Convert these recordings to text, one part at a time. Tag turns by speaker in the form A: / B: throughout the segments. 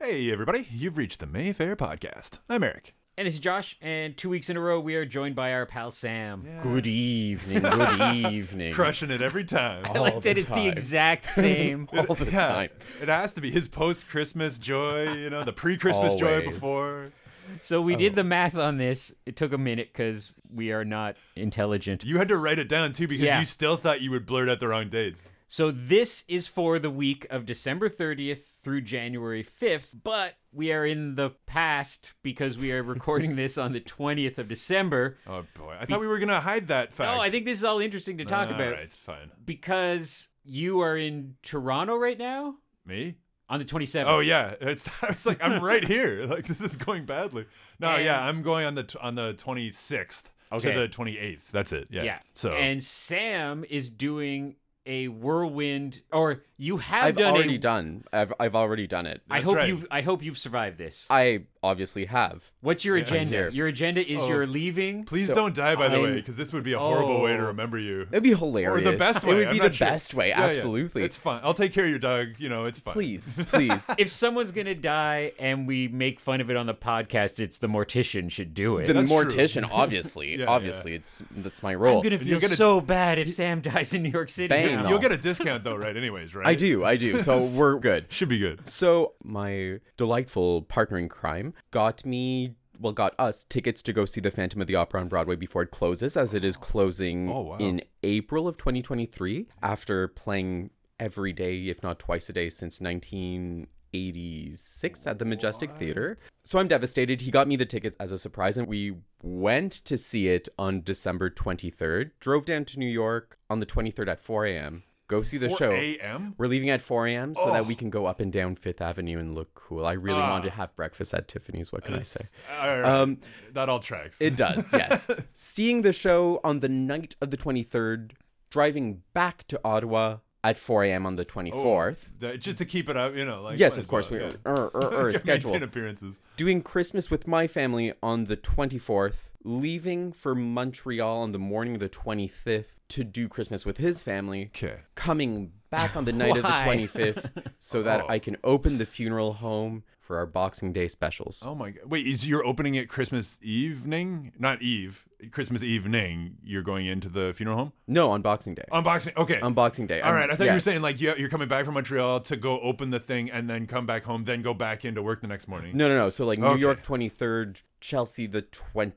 A: Hey, everybody, you've reached the Mayfair Podcast. I'm Eric.
B: And this is Josh, and two weeks in a row we are joined by our pal Sam.
C: Good evening. Good evening.
A: Crushing it every time.
B: I like
C: all
B: that
C: the
B: it's the
C: time.
B: exact same.
C: all the
A: yeah,
C: time.
A: It has to be his post Christmas joy, you know, the pre Christmas joy
C: Always.
A: before.
B: so we did the math on this. It took a minute because we are not intelligent.
A: You had to write it down, too, because
B: Yeah.
A: you still thought you would blurt out the wrong dates.
B: So this is for the week of December 30th through January 5th, but we are in the past because we are recording this on the 20th of December.
A: Oh, boy. I thought we were going to hide that fact.
B: No, I think this is all interesting to talk about
A: All right, fine.
B: because you are in Toronto right now
A: Me?
B: on the 27th.
A: Oh yeah, it's I was like I'm right here. Like this is going badly. No,
B: And-
A: yeah, I'm going on the t- on the 26th
B: Okay.
A: to the 28th. That's it. Yeah. So
B: and Sam is doing a whirlwind, or you have
C: I've
B: done
C: already
B: a.
C: done. I've I've already done it.
B: I
A: That's
B: hope
A: right.
B: you. I hope you've survived this.
C: I obviously have.
B: What's your
A: Yes.
B: agenda?
C: Zero.
B: Your agenda is
A: Oh.
B: you're leaving.
A: please
C: so
A: don't die by the way
C: I'm-
A: because this would be a horrible way to
B: Oh.
A: remember you.
C: It'd be hilarious.
A: Or the best way.
C: It would
A: I'm
C: be
A: not
C: the
A: sure.
C: best way.
A: Yeah, yeah.
C: absolutely.
A: It's fine. I'll take care of your dog. You know, it's fine.
C: Please, please.
B: If someone's gonna die and we make fun of it on the podcast, it's the mortician should do it.
C: the
A: That's true.
C: mortician, obviously.
A: Yeah,
C: obviously, it's that's my
B: I'm
C: role.
B: gonna feel
A: you're gonna-
B: so bad if Sam dies in New York City.
C: Bang.
B: now.
A: You'll get a discount though, right? Anyways, right?
C: I do, I do. So we're good.
A: Should be good.
C: So my delightful partner in crime got me well got us tickets to go see the Phantom of the Opera on Broadway before it closes as it is closing
A: Oh, wow.
C: in April of 2023 after playing every day if not twice a day since 1986 at the Majestic Theater. So I'm devastated. He got me the tickets as a surprise and we went to see it on December 23rd. Drove down to New York on the 23rd at 4 a.m. Go see the
A: 4
C: show.
A: a.m.
C: We're leaving at 4 a.m. so that we can go up and down Fifth Avenue and look cool. I really
A: Ah.
C: wanted to have breakfast at Tiffany's. What can I say?
A: All right.
C: Um,
A: that all tracks.
C: it does, yes. Seeing the show on the night of the 23rd, driving back to Ottawa at 4 a.m. on the 24th.
A: D- Oh, Just to keep it up, you know. Like
C: Yes,
A: might
C: of
A: as
C: course,
A: well,
C: we're
A: yeah.
C: er, er, er,
A: Maintain
C: scheduled.
A: appearances.
C: Doing Christmas with my family on the 24th, leaving for Montreal on the morning of the 25th to do Christmas with his family
A: Okay.
C: coming back on the night of the
B: Why?
C: 25th so that
A: Oh.
C: I can open the funeral home for our Boxing Day specials.
A: Oh my god! Wait, is you're opening it Christmas evening? Not Eve, Christmas evening. You're going into the funeral home
C: No, on Boxing Day.
A: unboxing. Okay,
C: on Boxing Day.
A: all right. I thought you were
C: yes.
A: saying like you- you're coming back from Montreal to go open the thing and then come back home, then go back into work the next morning.
C: No, no, no. So like New
A: Okay.
C: York 23rd, Chelsea the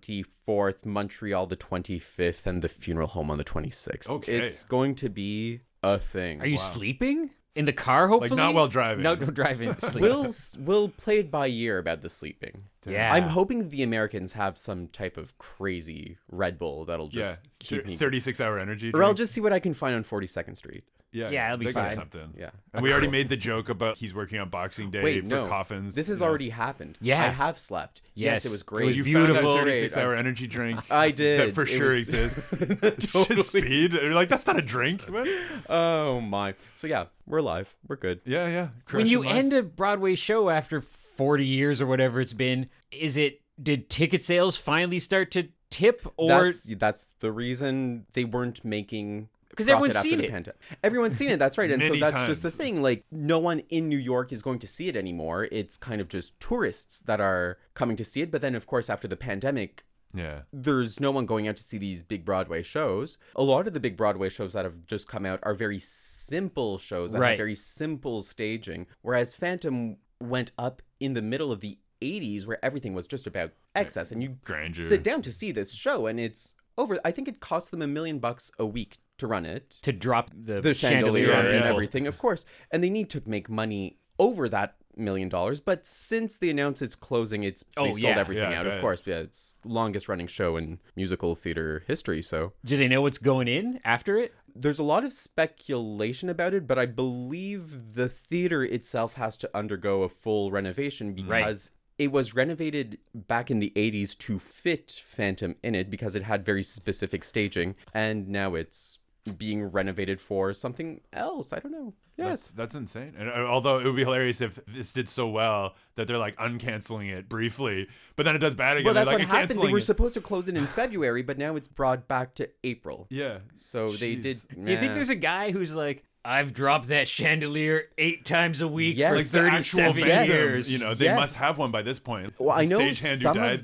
C: 24th, Montreal the 25th, and the funeral home on the 26th.
A: Okay.
C: It's going to be a thing.
B: Are you sleeping in the car? Hopefully,
A: Like, not while driving.
B: No, no driving. Sleep.
C: We'll we'll play it by ear about the sleeping.
B: yeah.
C: I'm hoping the Americans have some type of crazy Red Bull that'll
A: yeah,
C: just
A: thir-
C: keep me.
A: 36 hour energy.
C: or I'll
A: drink.
C: just see what I can find on 42nd Street.
A: yeah,
B: Yeah, it'll be
A: they got
B: fine.
A: something.
C: Yeah.
A: and we already made the joke about he's working on Boxing Day
C: Wait,
A: for
C: no.
A: coffins.
C: This has
A: you know.
C: already happened.
B: Yeah.
C: I have slept.
B: Yes,
C: it was
B: it
C: great.
B: was
A: You
B: beautiful.
A: found that
C: Great.
A: 36 hour energy drink.
C: I did.
A: That for
C: It
A: sure
C: was-
A: exists. It's just speed. You're like that's not a drink. man.
C: Oh my. So yeah, we're alive. We're good.
A: Yeah, yeah.
B: when
A: Crushing
B: you
A: life.
B: end a Broadway show after 40 years or whatever it's been, is it did ticket sales finally start to tip or
C: that's that's the reason they weren't making
B: 'Cause
C: profit
B: everyone's
C: after
B: seen
C: the
B: it.
C: pandemic. Everyone's seen it. That's right. And so
A: Many
C: that's just the
A: times.
C: thing. Like no one in New York is going to see it anymore. It's kind of just tourists that are coming to see it. But then of course after the pandemic.
A: Yeah.
C: There's no one going out to see these big Broadway shows. A lot of the big Broadway shows that have just come out are very simple shows that
B: Right.
C: have very simple staging. Whereas Phantom went up in the middle of the 80s where everything was just about excess and you
A: Grandeur.
C: sit down to see this show and it's over i think it cost them a million bucks a week to run it
B: to drop the,
C: the chandelier,
A: on
C: and
A: people.
C: everything of course and they need to make money over that million dollars but since they announced it's closing it's
B: Oh,
C: they sold
B: yeah.
C: everything
A: Yeah,
C: out
A: right.
C: of course yeah it's longest running show in musical theater history so
B: Do they know what's going in after it?
C: there's a lot of speculation about it, but I believe the theater itself has to undergo a full renovation because it was renovated back in the 80s to fit Phantom in it because it had very specific staging, and now it's being renovated for something else. I don't know. Yes.
A: That's insane. And uh, although it would be hilarious if this did so well that they're like uncanceling it briefly, but then it does bad again.
C: Well,
A: they're
C: that's
A: like
C: what
A: "You're
C: happened. They
A: canceling
C: were
A: it."
C: supposed to close it in February, but now it's brought back to April.
A: yeah.
C: So they
A: Jeez.
C: did.
B: Do you think
C: Nah.
B: there's a guy who's like, I've dropped that chandelier eight times a week
C: Yes.
B: for
A: Like
C: Like
A: the actual
B: 37
A: Phantom,
B: years.
A: you know, they
C: Yes.
A: must have one by this point.
C: Well, I
A: The
C: know
A: stagehand
C: some
A: who died
C: of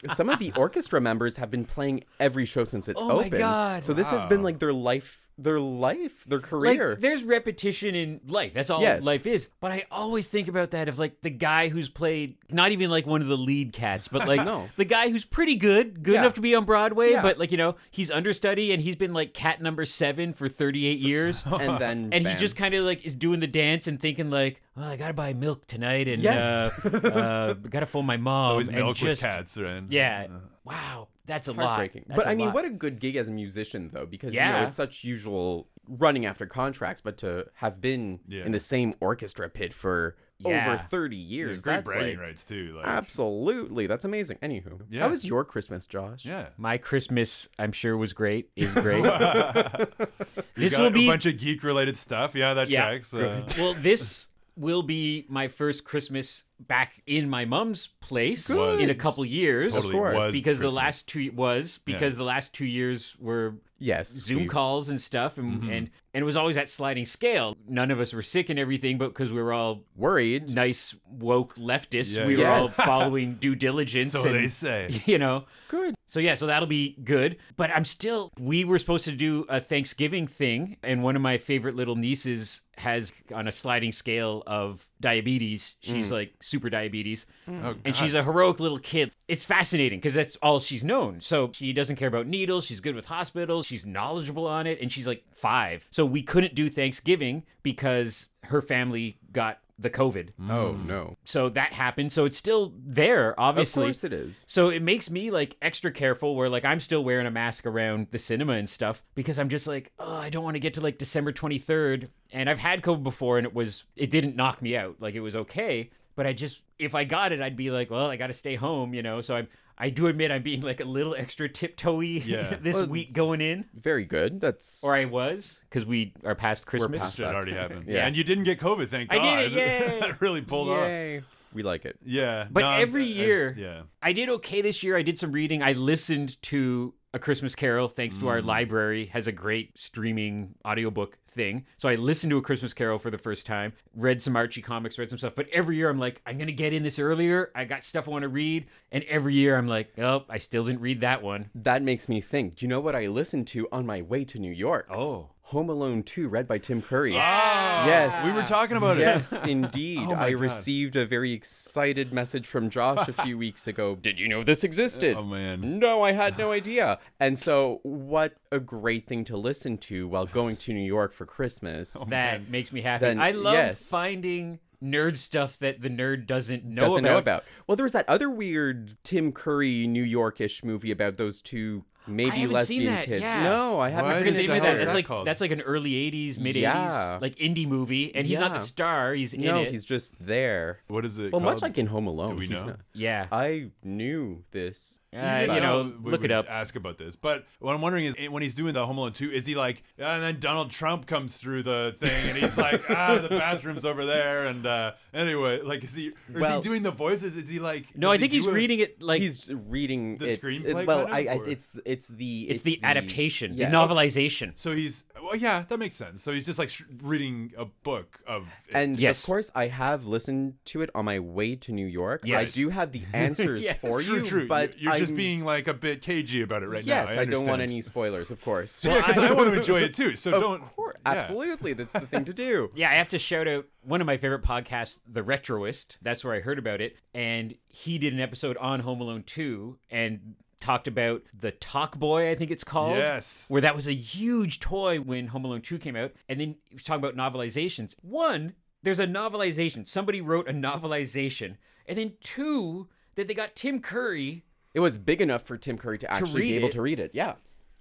C: the some of the orchestra members have been playing every show since it
B: Oh my
C: opened.
B: God.
C: So this has been like their life, their life, their
B: like
C: career.
B: there's repetition in life. That's all
C: Yes.
B: life is. But I always think about that of like the guy who's played not even like one of the lead cats, but like
C: No.
B: the guy who's pretty good, good
C: Yeah.
B: enough to be on Broadway,
C: Yeah.
B: but like you know he's understudy and he's been like cat number seven for 38 years.
C: and then
B: And
C: bam.
B: he just kind of like is doing the dance and thinking like, oh, I gotta buy milk tonight and
C: Yes.
B: uh, uh, gotta phone my mom.
A: always
B: and
A: milk with
B: just-
A: cats, right?
B: Yeah. Wow, that's a lot.
C: Uh. heartbreaking.
B: That's
C: But
B: a
C: I mean,
B: lot.
C: what a good gig as a musician though, because you
B: Yeah.
C: know it's such usual running after contracts, but to have been
A: Yeah.
C: in the same orchestra pit for
B: Yeah.
C: over thirty
A: Yeah,
C: years.
A: great
C: that's
A: bragging
C: like,
A: rights too. Like,
C: Absolutely, that's amazing. Anywho,
A: Yeah.
C: how was your Christmas, Josh?
A: yeah.
B: My Christmas, I'm sure, was great. Is great.
A: You
B: this
A: got
B: will
A: a
B: be
A: bunch of geek related stuff. Yeah, that
B: yeah.
A: tracks. Uh,
B: Well, this will be my first Christmas back in my mom's place
A: Good.
B: in a couple years.
A: totally
C: course.
A: was
B: Because the
A: Christmas.
B: last two was because the last two years were
C: Yes.
B: Zoom
C: we-
B: calls and stuff, and,
A: Mm-hmm.
B: and and it was always that sliding scale. None of us were sick and everything, but because we were all
C: Worried.
B: nice woke leftists,
A: Yeah.
B: we were all
C: Yes.
B: following due diligence.
A: so
B: and,
A: they say.
B: you know,
C: Good.
B: so yeah, so that'll be good. But I'm still we were supposed to do a Thanksgiving thing and one of my favorite little nieces has on a sliding scale of diabetes.
C: Mm.
B: She's like super diabetes.
A: Oh,
B: And she's a heroic little kid. It's fascinating because that's all she's known. So she doesn't care about needles. She's good with hospitals. She's knowledgeable on it. And she's like five. So we couldn't do Thanksgiving because her family got the COVID.
C: Oh no.
B: So that happened. So it's still there, obviously.
C: Of course it is.
B: So it makes me like extra careful where like I'm still wearing a mask around the cinema and stuff because I'm just like, oh, I don't want to get to like December 23rd. And I've had COVID before and it was, it didn't knock me out. Like it was okay. But I just, if I got it, I'd be like, well, I got to stay home, you know? So I'm, I do admit I'm being like a little extra tiptoey
A: Yeah.
B: this
C: Well,
B: week
C: it's-
B: going in,
C: Very good. That's
B: or I was because we are past Christmas.
C: past
A: Shit already happened.
C: Yes.
A: And you didn't get COVID, thank
B: I
A: God.
B: did it, yay.
A: that really pulled off.
C: We like it.
A: Yeah.
B: But
A: no, I'm-
B: every
A: I'm-
B: year-
A: yeah.
B: I did okay this year. I did some reading. I listened to A Christmas Carol thanks to our
C: Mm.
B: library has a great streaming audiobook thing. So I listened to A Christmas Carol for the first time, read some Archie comics, read some stuff. But every year I'm like, I'm going to get in this earlier. I got stuff I want to read. And every year I'm like, oh, I still didn't read that one.
C: That makes me think. Do you know what I listened to on my way to New York?
B: Oh.
C: Home Alone 2, read by Tim Curry.
A: Oh,
C: Yes.
A: We were talking about
C: Yes,
A: it.
C: indeed.
A: Oh my
C: I
A: God.
C: received a very excited message from Josh a few weeks ago. Did you know this existed?
A: Oh, man.
C: No, I had no idea. And so, what a great thing to listen to while going to New York for Christmas.
A: Oh,
B: That makes me happy.
C: Then,
B: I love
C: yes.
B: finding nerd stuff that the nerd doesn't know
C: doesn't
B: about.
C: know about. Well, there was that other weird Tim Curry New Yorkish movie about those two maybe
B: haven't seen
C: lesbian
B: that,
C: kids.
B: yeah.
C: No, I
A: Why
C: haven't
B: I
A: did
B: forget
C: seen
A: they
B: the
C: it.
B: name
A: What
B: of that.
A: is
B: That's
A: that
B: like
A: called?
B: that's like an early '80s, mid '80s,
C: Yeah.
B: like indie movie, and he's not the
C: Yeah.
B: star. He's in
C: no,
B: it.
C: he's just there.
A: What is it?
C: Well, much
A: called?
C: like in Home Alone.
A: we
C: he's
A: know?
C: not-
B: yeah.
C: I knew this.
B: Uh,
A: Yeah,
B: you know,
A: we
B: look
A: would
B: it up.
A: Ask about this, but what I'm wondering is eh, when he's doing the Home Alone 2, is he like, "Ah," and then Donald Trump comes through the thing, and he's like, ah, the bathroom's over there, and uh, anyway, like, is he? Or is he
C: Well-
A: doing the voices? Is he like?
B: no,
A: does
B: I
A: he
B: think he's
A: do a-
B: reading it like
C: he's reading
A: The
C: it-
A: screenplay
C: it-
A: kind
C: well,
A: of,
C: I, I
A: or-
C: it's it's the
B: it's, the, adaptation,
C: yes.
B: the novelization.
A: So he's well, yeah, that makes sense. So he's just like sh- reading a book of it.
C: And
B: Yes.
C: of course, I have listened to it on my way to New York.
B: Yes.
C: I do have the answers
B: Yes.
C: for
A: true,
C: you,
A: true.
C: but
A: you're just
C: I'm-
A: being like a bit cagey about it right
C: yes.
A: now.
C: I, don't want
A: understand.
C: any spoilers, of course.
A: Yeah, because I want to enjoy it too. So don't.
C: of course,
A: yeah.
C: absolutely, that's the thing to do.
B: Yeah, I have to shout out one of my favorite podcasts, The Retroist. That's where I heard about it. And he did an episode on Home Alone 2 and talked about the Talk Boy, I think it's called.
A: Yes.
B: Where that was a huge toy when Home Alone 2 came out. And then he was talking about novelizations. One, there's a novelization. Somebody wrote a novelization. And then two, that they got Tim Curry.
C: It was big enough for Tim Curry to actually
B: read
C: be able
B: it.
C: to read it. Yeah.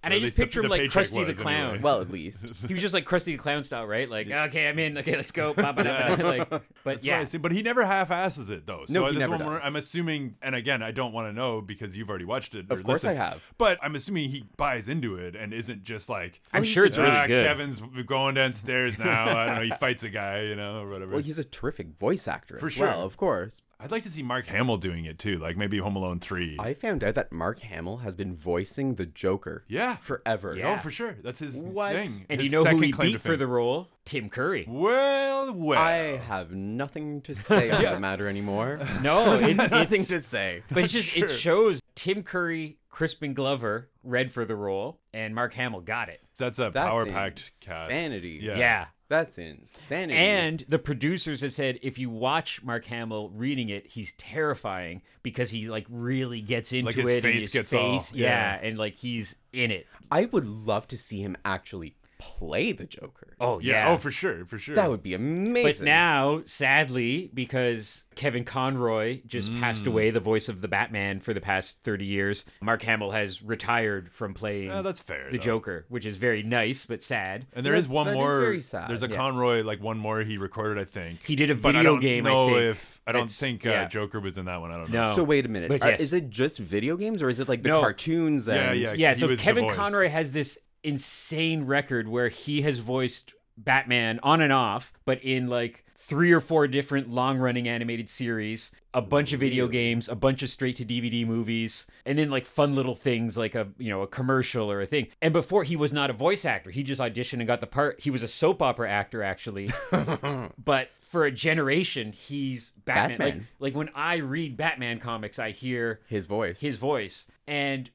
B: And
A: Or
B: I
A: at
B: just
A: least the-
B: picture him
A: the
B: like
A: paycheck
B: Krusty the
A: was,
B: Clown.
A: anyway.
C: Well, at least.
B: He was just like Krusty the Clown style, right? Like, okay, I'm in. Okay, let's go. Ba, ba, da, ba, da. Like, but
A: Yeah,
B: yeah,
A: see, but he never half-asses it though. So
C: No, he
A: this
C: never
A: one, we're-
C: does.
A: I'm assuming, and again, I don't want to know because you've already watched it.
C: Of
A: or
C: course I
A: listened,
C: have.
A: But I'm assuming he buys into it and isn't just like,
B: I'm sure it's
A: "Ah,
B: really good.
A: Kevin's going downstairs now. I don't know. He fights a guy, you know, or whatever.
C: Well, he's a terrific voice actor
A: For
C: as
A: sure.
C: well, of course.
A: I'd like to see Mark Hamill doing it too, like maybe Home Alone three.
C: I found out that Mark Hamill has been voicing the Joker
A: Yeah.
C: forever.
B: Yeah.
A: Oh, for sure. That's his
C: What?
A: thing.
B: And
A: his
B: you know who
A: second
B: he
A: claim
B: beat
A: to
B: for
A: fame.
B: the role? Tim Curry.
A: Well, well.
C: I have nothing to say on the matter anymore.
B: No, it,
C: nothing
B: it's,
C: to say.
B: but it's just it shows Tim Curry, Crispin Glover read for the role, and Mark Hamill got it.
A: That's a
C: That's
A: power packed cast.
C: insanity.
A: Yeah.
B: yeah.
C: That's insanity.
B: And the producers had said if you watch Mark Hamill reading it, he's terrifying because he like really gets into
A: his
B: it. and
A: face
B: his
A: gets
B: face,
A: all-
B: yeah. and like he's in it.
C: I would love to see him actually play the Joker.
B: Oh
A: yeah.
B: yeah.
A: Oh, for sure. For sure.
C: That would be
B: but
C: amazing.
B: now, sadly, because Kevin Conroy just
A: Mm.
B: passed away, the voice of the Batman for the past 30 years, Mark Hamill has retired from playing
A: Uh, that's fair.
B: the
A: though.
B: Joker, which is very nice but sad.
A: And there is
C: That's-
A: one
C: that is
A: more.
C: very sad,
A: There's a
B: yeah.
A: Conroy, like one more he recorded, I think.
B: He did a
A: but I
B: video
A: don't
B: game, I
A: Know
B: think.
A: if I don't
B: That's-
A: think uh,
B: yeah.
A: Joker was in that one. I don't know.
B: No.
C: So wait a minute.
B: But
C: Are-
B: yes.
C: is it just video games or is it like the
B: No.
C: cartoons
A: Yeah,
C: and
A: yeah.
B: yeah,
A: he
B: so
A: was the
B: Kevin
A: voice.
B: Conroy has this insane record where he has voiced Batman on and off, but in like three or four different long running animated series, a bunch of video games, a bunch of straight to DVD movies, and then like fun little things like a you know, a commercial or a thing. And before he was not a voice actor. He just auditioned and got the part. He was a soap opera actor actually. but for a generation, he's Batman.
C: Batman.
B: Like like when I read Batman comics, I hear
C: his voice?
B: his voice. And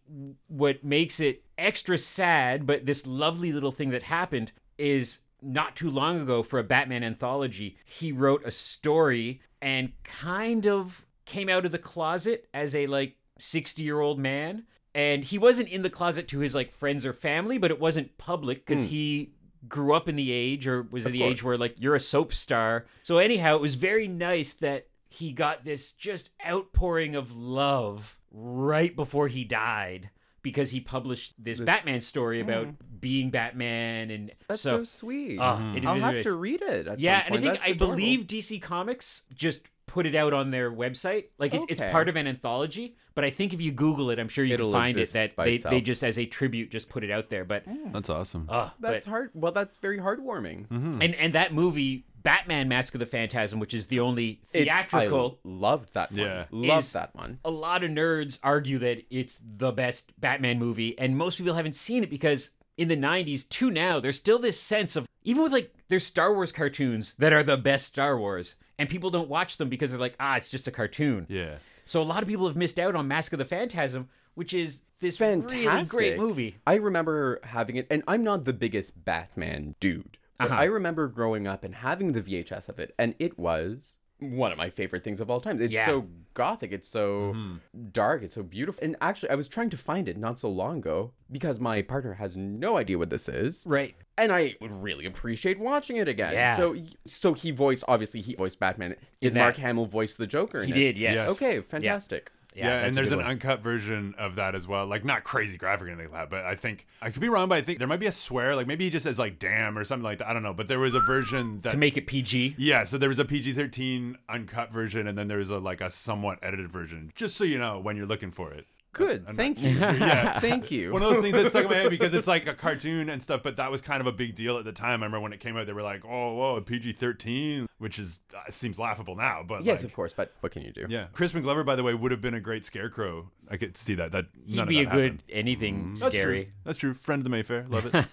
B: what makes it extra sad, but this lovely little thing that happened is not too long ago for a Batman anthology, he wrote a story and kind of came out of the closet as a like 60 year old man. And he wasn't in the closet to his like friends or family, but it wasn't public because
C: Hmm.
B: he grew up in the age or was at the age where like you're a soap star. So anyhow, it was very nice that he got this just outpouring of love right before he died because he published this, Batman story about being Batman and
C: That's so,
B: so,
C: sweet.
B: Ah,
A: Mm-hmm.
B: Mhm. it
C: I'll
B: is
C: have
B: nice.
C: to read it. at
B: yeah, and
C: some
B: I
C: point.
B: think
C: That's
B: I
C: adorable.
B: believe DC Comics just put it out on their website. Like it's,
C: Okay.
B: it's part of an anthology, but I think if you Google it, I'm sure you
C: It'll
B: can find it
C: exist
B: that
C: by
B: they,
C: itself.
B: they just as a tribute just put it out there. But
A: That's awesome.
B: ah,
C: that's
B: but,
C: hard. Well, that's very heartwarming.
B: and and that movie Batman: Mask of the Phantasm, which is the only
C: It's- I
B: theatrical
C: loved that one.
A: Yeah.
C: Loved
B: Is-
C: that one.
B: a lot of nerds argue that it's the best Batman movie, and most people haven't seen it because in the 90s to now, there's still this sense of, even with like, there's Star Wars cartoons that are the best Star Wars, and people don't watch them because they're like, ah, it's just a cartoon.
A: Yeah.
B: So a lot of people have missed out on Mask of the Phantasm, which is this really
C: Fantastic.
B: great movie.
C: I remember having it, and I'm not the biggest Batman dude. but
B: Uh-huh.
C: I remember growing up and having the VHS of it, and it was one of my favorite things of all time. It's
B: Yeah.
C: so gothic, it's so dark, it's so beautiful. And actually, I was trying to find it not so long ago because my partner has no idea what this is.
B: Right.
C: And I would really appreciate watching it again.
B: Yeah.
C: So, so he voiced obviously he voiced Batman. Did
B: that.
C: Mark Hamill voice the Joker? In
B: He
C: it?
B: did, yes.
A: Yes.
C: Okay, fantastic.
A: Yeah, and there's an uncut version of that as well. Like not crazy graphic or anything like that, but I think I could be wrong, but I think there might be a swear, like maybe he just says like damn or something like that. I don't know. But there was a version that
B: to make it PG.
A: Yeah, so there was a PG thirteen uncut version and then there was a like a somewhat edited version. Just so you know when you're looking for it.
C: Good. Thank you.
A: Yeah.
C: Thank you.
A: One of those things that stuck in my head because it's like a cartoon and stuff, but that was kind of a big deal at the time. I remember when it came out, they were like, "Oh, whoa, PG thirteen, which is uh, seems laughable now, but
C: Yes,
A: like,
C: of course, but what can you do?
A: yeah. Crispin Glover, by the way, would have been a great scarecrow. I could see that. That
B: He'd
A: none
B: be a
A: of that happened. Mm.
B: good anything
A: That's
B: scary.
A: True. That's true. Friend of the Mayfair. Love it.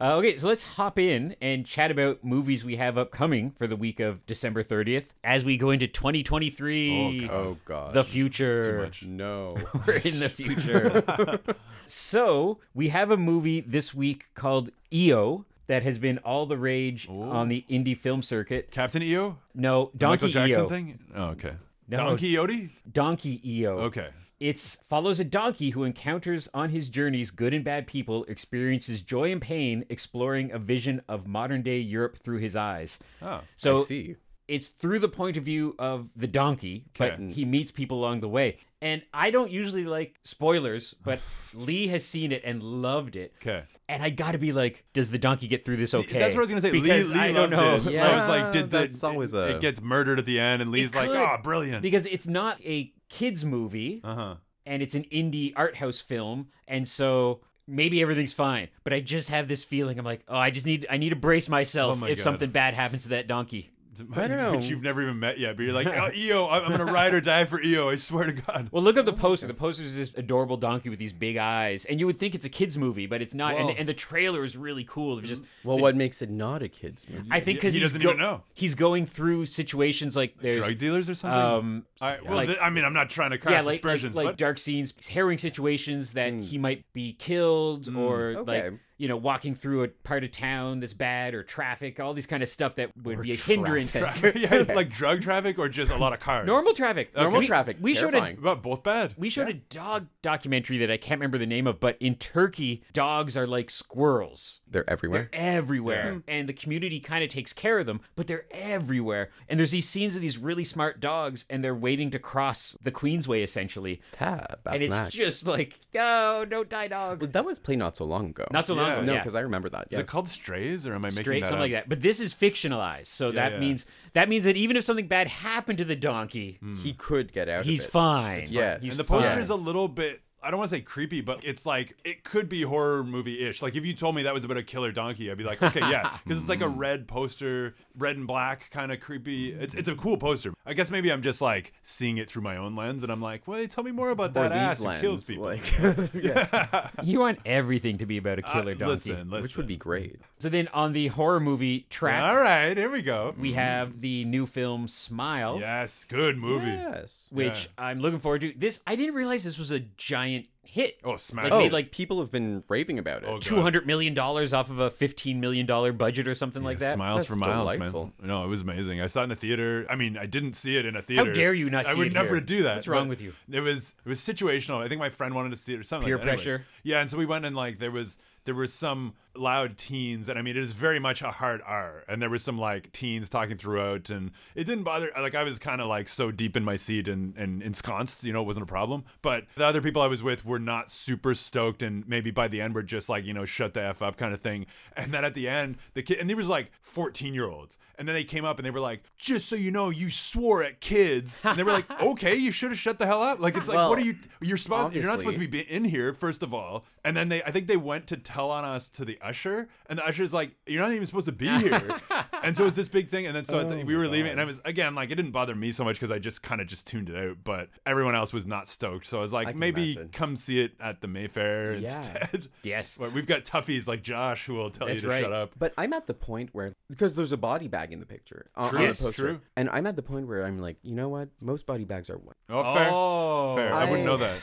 B: Uh, okay, so let's hop in and chat about movies we have upcoming for the week of December 30th as we go into
A: Oh,
B: 2023.
A: God.
C: Oh god.
B: The future.
A: much.
C: no.
B: We're in the future. so, we have a movie this week called EO that has been all the rage on the indie film circuit.
A: Captain EO?
B: No,
A: Michael
B: Donkey
A: Jackson
B: EO.
A: thing? Oh, okay.
B: E No.
A: Don Quixote?
B: Donkey EO.
A: Okay.
B: It's follows a donkey who encounters on his journeys good and bad people, experiences joy and pain, exploring a vision of modern day Europe through his eyes.
A: Oh.
B: So
C: I see.
B: it's through the point of view of the donkey,
A: Okay.
B: but he meets people along the way. And I don't usually like spoilers, but Lee has seen it and loved it.
A: Okay.
B: And I gotta be like, does the donkey get through this
A: See,
B: okay?
A: That's what I was gonna say.
B: Because
A: Lee, Lee
B: I don't know.
A: loved it.
C: Yeah.
A: So I was like, did the,
C: That's always
A: it,
C: a-
A: it gets murdered at the end, and Lee's like,
B: could.
A: oh, brilliant.
B: Because it's not a kids movie
A: Uh huh.
B: and it's an indie art house film, and so maybe everything's fine. But I just have this feeling I'm like, oh, I just need I need to brace myself
A: my
B: if
A: God.
B: something bad happens to that donkey.
C: I don't know.
A: which you've never even met yet, but you're like, oh, EO, I'm I'm gonna ride or die for EO. I swear to God.
B: Well, look up the poster. The poster is this adorable donkey with these big eyes, and you would think it's a kids' movie, but it's not.
A: Whoa.
B: And, and the trailer is really cool. It's just
C: Well, what makes it not a kids movie?
B: I
A: He-
B: think because
A: Mm, he
B: he's
A: doesn't even know.
B: he's going through situations like there's
A: Drug dealers or something.
B: um
A: I, well,
B: like-
A: th- I mean, I'm not trying to cast
B: yeah like like,
A: aspersions, Hmm.
B: like
A: but
B: dark scenes, harrowing situations that he might be killed
A: Hmm,
B: or
C: Okay.
B: like you know walking through a part of town that's bad or traffic, all these kind of stuff that would be a hindrance.
A: yeah, like drug traffic or just a lot of cars.
B: Normal traffic, normal
C: We- traffic,
B: We showed a
C: terrifying.
A: but both bad.
B: We showed a dog documentary that I can't remember the name of, but in Turkey, dogs are like squirrels.
C: They're everywhere.
B: Everywhere.
A: Hmm.
B: And the community kind of takes care of them, but they're everywhere. And there's these scenes of these really smart dogs, and they're waiting to cross the Queensway, essentially.
C: Ta, bad
B: And it's
C: match.
B: just like, no, don't die, dog.
C: Well, that was played not so long ago.
B: Not so long
A: Yeah.
B: ago.
C: no,
B: yeah.
C: because I remember that.
A: Is
C: Yes.
A: it called Strays, or am I making
B: Straight,
A: that
B: something
A: up?
B: like that. But this is fictionalized, so that
A: yeah.
B: means that means that even if something bad happened to the donkey,
A: Mm, hmm.
C: He could get out.
B: he's
C: of it.
B: fine.
C: Yes.
B: He's
A: And the poster
B: fine.
A: is a little bit. I don't want to say creepy, but it's like it could be horror movie ish. Like if you told me that was about a killer donkey, I'd be like, okay, yeah, because it's like a red poster, red and black, kind of creepy. It's it's a cool poster. I guess maybe I'm just like seeing it through my own lens, and I'm like, well, tell me more about
C: Or
A: that ass
C: these
A: who kills
C: lens,
A: people.
C: like yes,
B: You want everything to be about a
A: Uh,
B: killer donkey.
A: Listen, listen.
C: which would be great.
B: So then on the horror movie track,
A: all right. Here we go.
B: we have the new film Smile,
A: Yes, good movie.
C: Yes.
B: which I'm looking forward to. This I didn't realize this was a giant hit.
A: Oh, smash!
B: Like,
A: it.
C: Oh,
B: made,
C: like people have been raving about it.
A: Oh, God.
B: Two hundred million dollars off of a fifteen million dollar budget or something like that.
A: Smiles
C: That's
A: for miles,
C: delightful.
A: man. No, it was amazing. I saw it in the theater. I mean, I didn't see it in a theater.
B: dare you not
A: I
B: see
A: would
B: it
A: never
B: here?
A: do that.
B: What's wrong
A: but
B: with you?
A: It was it was situational. I think my friend wanted to see it or something.
B: Peer
A: like that. Anyways,
B: pressure.
A: yeah, and so we went and like there was there were some loud teens, and I mean it is very much a hard R, and there was some like teens talking throughout, and it didn't bother. Like I was kind of like so deep in my seat and and ensconced, you know, it wasn't a problem. But the other people I was with were not super stoked, and maybe by the end were just like you know shut the f up kind of thing. And then at the end, the kid and he was like fourteen year olds, and then they came up and they were like, just so you know, you swore at kids, and they were like, okay, you should have shut the hell up. Like it's like
C: Well,
A: what are you? You're supposed you're not supposed to
C: obviously.
A: be be in here first of all and then they i think they went to tell on us to the usher and the usher's like you're not even supposed to be here and so it's this big thing and then so at the-
C: Oh
A: we were leaving and i was again like it didn't bother me so much because i just kind of just tuned it out but everyone else was not stoked so i was like
C: I can
A: maybe
C: imagine.
A: come see it at the mayfair
C: Yeah.
A: instead
B: Yes.
A: but we've got toughies like josh who will tell
B: That's
A: you to
B: right.
A: shut up
C: But I'm at the point where because there's a body bag in the picture on,
A: True.
C: on
B: Yes,
C: the poster,
A: true.
C: and I'm at the point where I'm like, you know what? Most body bags are white.
A: oh fair
B: Oh,
A: fair I, wouldn't
C: I-
A: know that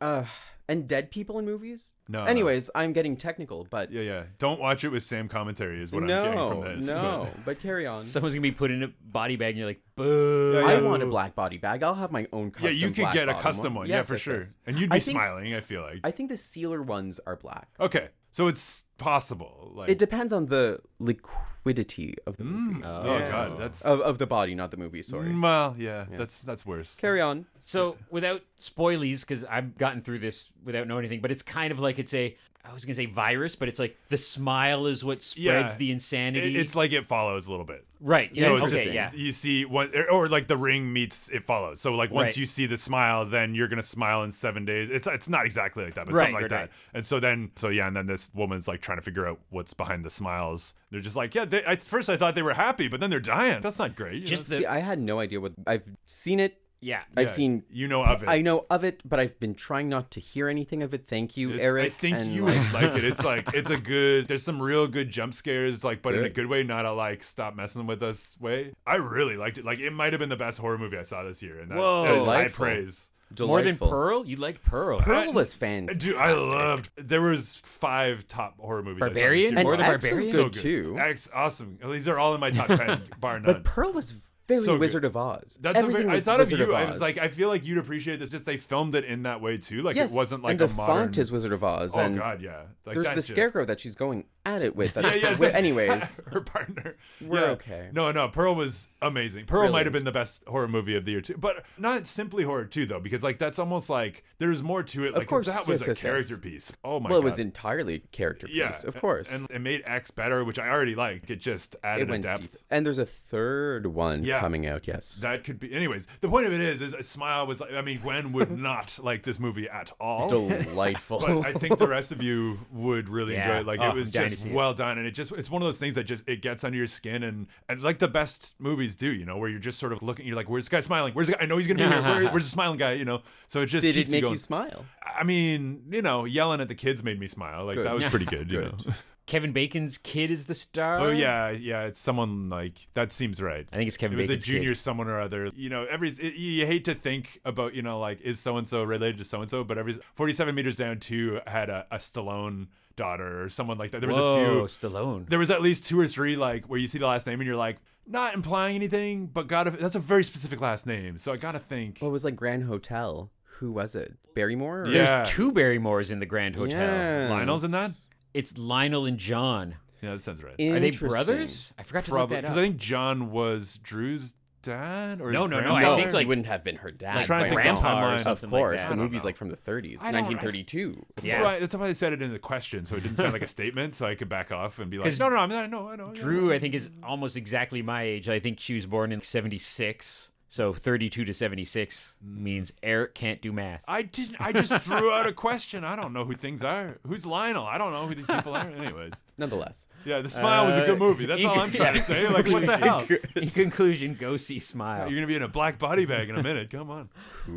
C: Uh, and dead people in movies?
A: No, no.
C: Anyways, I'm getting technical, but
A: yeah yeah don't watch it with sam commentary is what i'm getting
C: no,
A: from this
C: no. But carry on.
B: Someone's gonna be put in a body bag, and you're like, boo.
A: Yeah,
C: I
A: yeah.
C: want a black body bag. I'll have my own
A: yeah
C: custom.
A: you could
C: black
A: get a
C: bottom
A: custom one, yeah
C: Yes,
A: for
C: yes,
A: sure
C: yes.
A: and you'd be
C: I think-
A: smiling i feel like
C: I think the sealer ones are black.
A: Okay, so it's possible. Like,
C: It depends on the liquidity of the movie.
A: oh
B: Yeah.
A: god, that's
C: Of, of the body, not the movie. Sorry.
A: Mm, well, yeah, that's that's worse.
C: Carry on.
B: So without spoilies, because I've gotten through this without knowing anything, but it's kind of like it's a I was gonna say virus, but it's like the smile is what spreads
A: Yeah.
B: the
A: It-
B: insanity.
A: it's like it follows a little bit.
B: right. Yeah.
A: So it's
B: okay.
A: just,
B: Yeah.
A: you see one or, or like the ring meets it follows. So like once
B: Right.
A: you see the smile, then you're gonna smile in seven days. It's it's not exactly like that, but
B: Right,
A: something like
B: right,
A: that.
B: right.
A: And so then so yeah, and then this woman's like trying to figure out what's behind the smiles. They're just like yeah. They, at first I thought they were happy, but then they're dying. That's not great. you
B: Just
A: know?
B: the-
C: See, I had no idea what I've seen it.
B: Yeah.
A: Yeah,
C: I've seen.
A: you know of it.
C: I know of it, but I've been trying not to hear anything of it. Thank you,
A: It's-
C: Eric.
A: I think
C: and,
A: you
C: like,
A: would like it. It's like it's a good. There's some real good jump scares, like, but in a
C: Good.
A: good way, not a like stop messing with us way. I really liked it. Like, it might have been the best horror movie I saw this year, and that,
B: Whoa.
A: that is high
C: Delightful.
A: praise.
B: More than
C: delightful.
B: Pearl, you like Pearl.
C: Pearl was fan.
A: Dude, I loved. There was five top horror movies. I saw this
B: Barbarian?
A: year.
C: and
B: More than
C: X was
B: Barbarian?
C: good,
A: so good.
C: too.
A: X, awesome. These are all in my top ten, bar none.
C: But Pearl was very
A: So good.
C: Wizard of Oz.
A: That's a
C: Everything
A: very, I
C: was
A: thought
C: Wizard
A: of you.
C: Oz.
A: I was like, I feel like you'd appreciate this. Just they filmed it in that way too. Like
C: yes.
A: it wasn't like
C: and the
A: a modern.
C: font is Wizard of Oz.
A: oh
C: and
A: god, yeah. Like,
C: there's
A: that
C: the
A: just-
C: scarecrow that she's going at it with. That's
A: yeah, Oh,
C: well,
A: the-
C: anyways.
A: her partner.
C: We're
A: Yeah.
C: okay.
A: No, no, Pearl was amazing. Pearl might have
C: Brilliant.
A: been the best horror movie of the year too, but not simply horror too though, because like that's almost like there's more to it. Like,
C: course,
A: that was
C: yes,
A: a
C: yes, yes.
A: character piece. Oh my
C: well,
A: god.
C: it was entirely character piece,
A: yeah,
C: of course.
A: And it made X better, which I already liked. It just added
C: it
A: a
C: went
A: depth.
C: deep. And there's a third one
A: Yeah.
C: coming out. Yes.
A: That could be. Anyways, the point of it is, is Smile was. like- I mean, Gwen would not like this movie at all.
C: Delightful.
A: But I think the rest of you would really enjoy
B: Oh. Yeah.
A: it. Like
B: Oh,
A: it was
B: I'm dying to
A: just
B: see it.
A: well done, and it just it's one of those things that just it gets under your skin, and and like the best movies do, you know, where you're just sort of looking, you're like, where's this guy smiling? Where's the guy? I know he's gonna be here. Where, where's the smiling guy? You know. So it just
C: Did
A: keeps
C: it make
A: you going.
C: you smile?
A: I mean, you know, yelling at the kids made me smile. Like
C: Good.
A: that was pretty good. You
C: Good.
A: know.
B: Kevin Bacon's kid is the star.
A: Oh yeah, yeah. It's someone like that seems right.
B: I think it's
A: It
B: Kevin
A: was a
B: Bacon's
A: junior
B: kid.
A: someone or other. You know, every it, you you hate to think about you know like is so and so related to so and so, but every forty seven meters down two had a, a Stallone daughter or someone like that. There was
B: Whoa,
A: a few.
B: Stallone.
A: There was at least two or three like where you see the last name and you're like not implying anything, but gotta that's a very specific last name, so I gotta think.
C: What was like Grand Hotel? Who was it? Barrymore? or-
A: Yeah.
B: There's two Barrymores in the Grand Hotel.
C: Yes.
A: Lionel's in that?
B: It's Lionel and John.
A: Yeah, that sounds right.
B: Are they
C: Interesting.
B: brothers? I forgot to
A: Probably
B: look that
A: because
B: up.
A: I think John was Drew's dad or
B: No, no, no, I
C: No,
A: grandfather?
B: think,
C: he
B: like-
C: wouldn't have been her dad.
B: like
A: trying to
C: by
A: think of
C: now.
A: timeline.
C: Of
B: something like
C: course,
B: that.
A: I
C: the
A: don't
C: movie's
A: know.
C: like from the 30s,
A: I don't-
C: 1932.
A: That's,
B: Yeah.
A: why, that's why I said it in the question, so it didn't sound like a statement, so I could back off and be like,
B: 'Cause
A: no, no, no, I'm not, no, I know.
B: Drew, I think, is almost exactly my age. I think she was born in 76. So 32 to 76 means Eric can't do math.
A: Mm. I didn't. I just threw out a question. I don't know who things are. Who's Lionel? I don't know who these people are. Anyways,
C: Nonetheless,
A: yeah, The Smile was a
B: Uh,
A: good movie. That's all I'm trying to say. Like, what the hell? You're
B: In conclusion, go see Smile.
A: gonna be in a black body bag in a minute. Come on.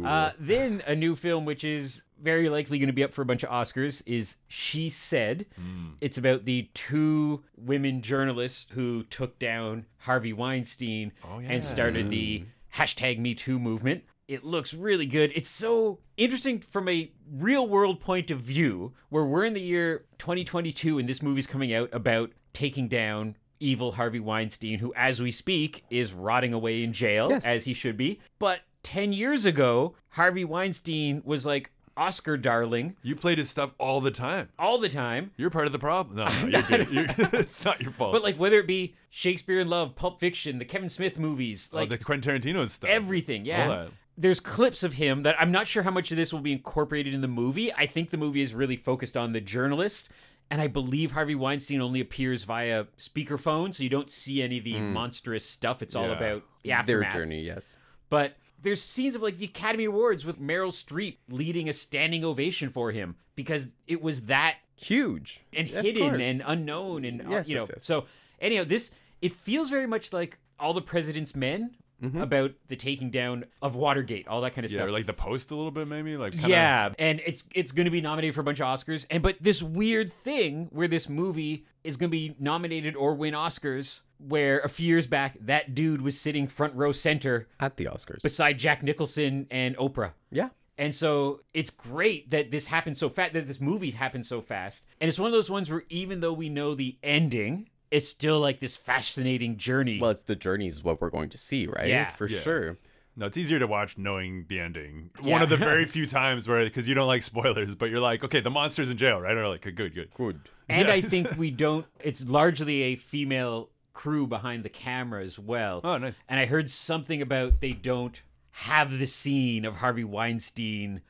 B: Uh, then a new film, which is very likely going to be up for a bunch of Oscars, is She Said.
A: Hmm.
B: It's about the two women journalists who took down Harvey Weinstein
A: Oh, yeah.
B: and started the hashtag Me Too movement. It looks really good. It's so interesting from a real world point of view, where we're in the year 2022 and this movie's coming out about taking down evil Harvey Weinstein, who, as we speak, is rotting away in jail,
C: Yes.
B: as he should be. But 10 years ago, Harvey Weinstein was like Oscar darling
A: You played his stuff all the time.
B: all the time.
A: You're part of the problem. No, no, you're good. You're, it's not your fault.
B: But like whether it be Shakespeare in Love, Pulp Fiction, the Kevin Smith movies,
A: oh,
B: like
A: the Quentin Tarantino's stuff.
B: everything, yeah.
A: All that.
B: There's clips of him that I'm not sure how much of this will be incorporated in the movie. I think the movie is really focused on the journalist, and I believe Harvey Weinstein only appears via speakerphone, so you don't see any of the monstrous stuff. It's all
A: Hmm. Yeah.
B: about the
C: their
B: aftermath.
C: journey, yes.
B: But there's scenes of like the Academy Awards with Meryl Streep leading a standing ovation for him because it was that
C: Huge.
B: and
C: Of
B: hidden
C: course.
B: and unknown and uh,
C: Yes,
B: you know
C: yes, yes.
B: so anyhow this it feels very much like all the president's men
C: Mm-hmm.
B: about the taking down of Watergate all that kind of
A: Yeah,
B: stuff
A: or like the post a little bit, maybe. Like kinda,
B: yeah and it's it's going to be nominated for a bunch of Oscars and but this weird thing where this movie is going to be nominated or win Oscars where a few years back that dude was sitting front row center
C: At the Oscars.
B: beside Jack Nicholson and Oprah
C: yeah.
B: and so it's great that this happened so fast, that this movie's happened so fast. And it's one of those ones where even though we know the ending, it's still like this fascinating journey.
C: Well, it's the journey is what we're going to see, right?
B: Yeah.
C: For
A: Yeah.
C: sure.
A: No, it's easier to watch knowing the ending. One
B: Yeah.
A: of the very few times where, because you don't like spoilers, but you're like, okay, the monster's in jail, right? Or like, good, good.
C: Good.
B: and I think we don't, it's largely a female crew behind the camera as well.
A: Oh, nice.
B: And I heard something about they don't have the scene of Harvey Weinstein.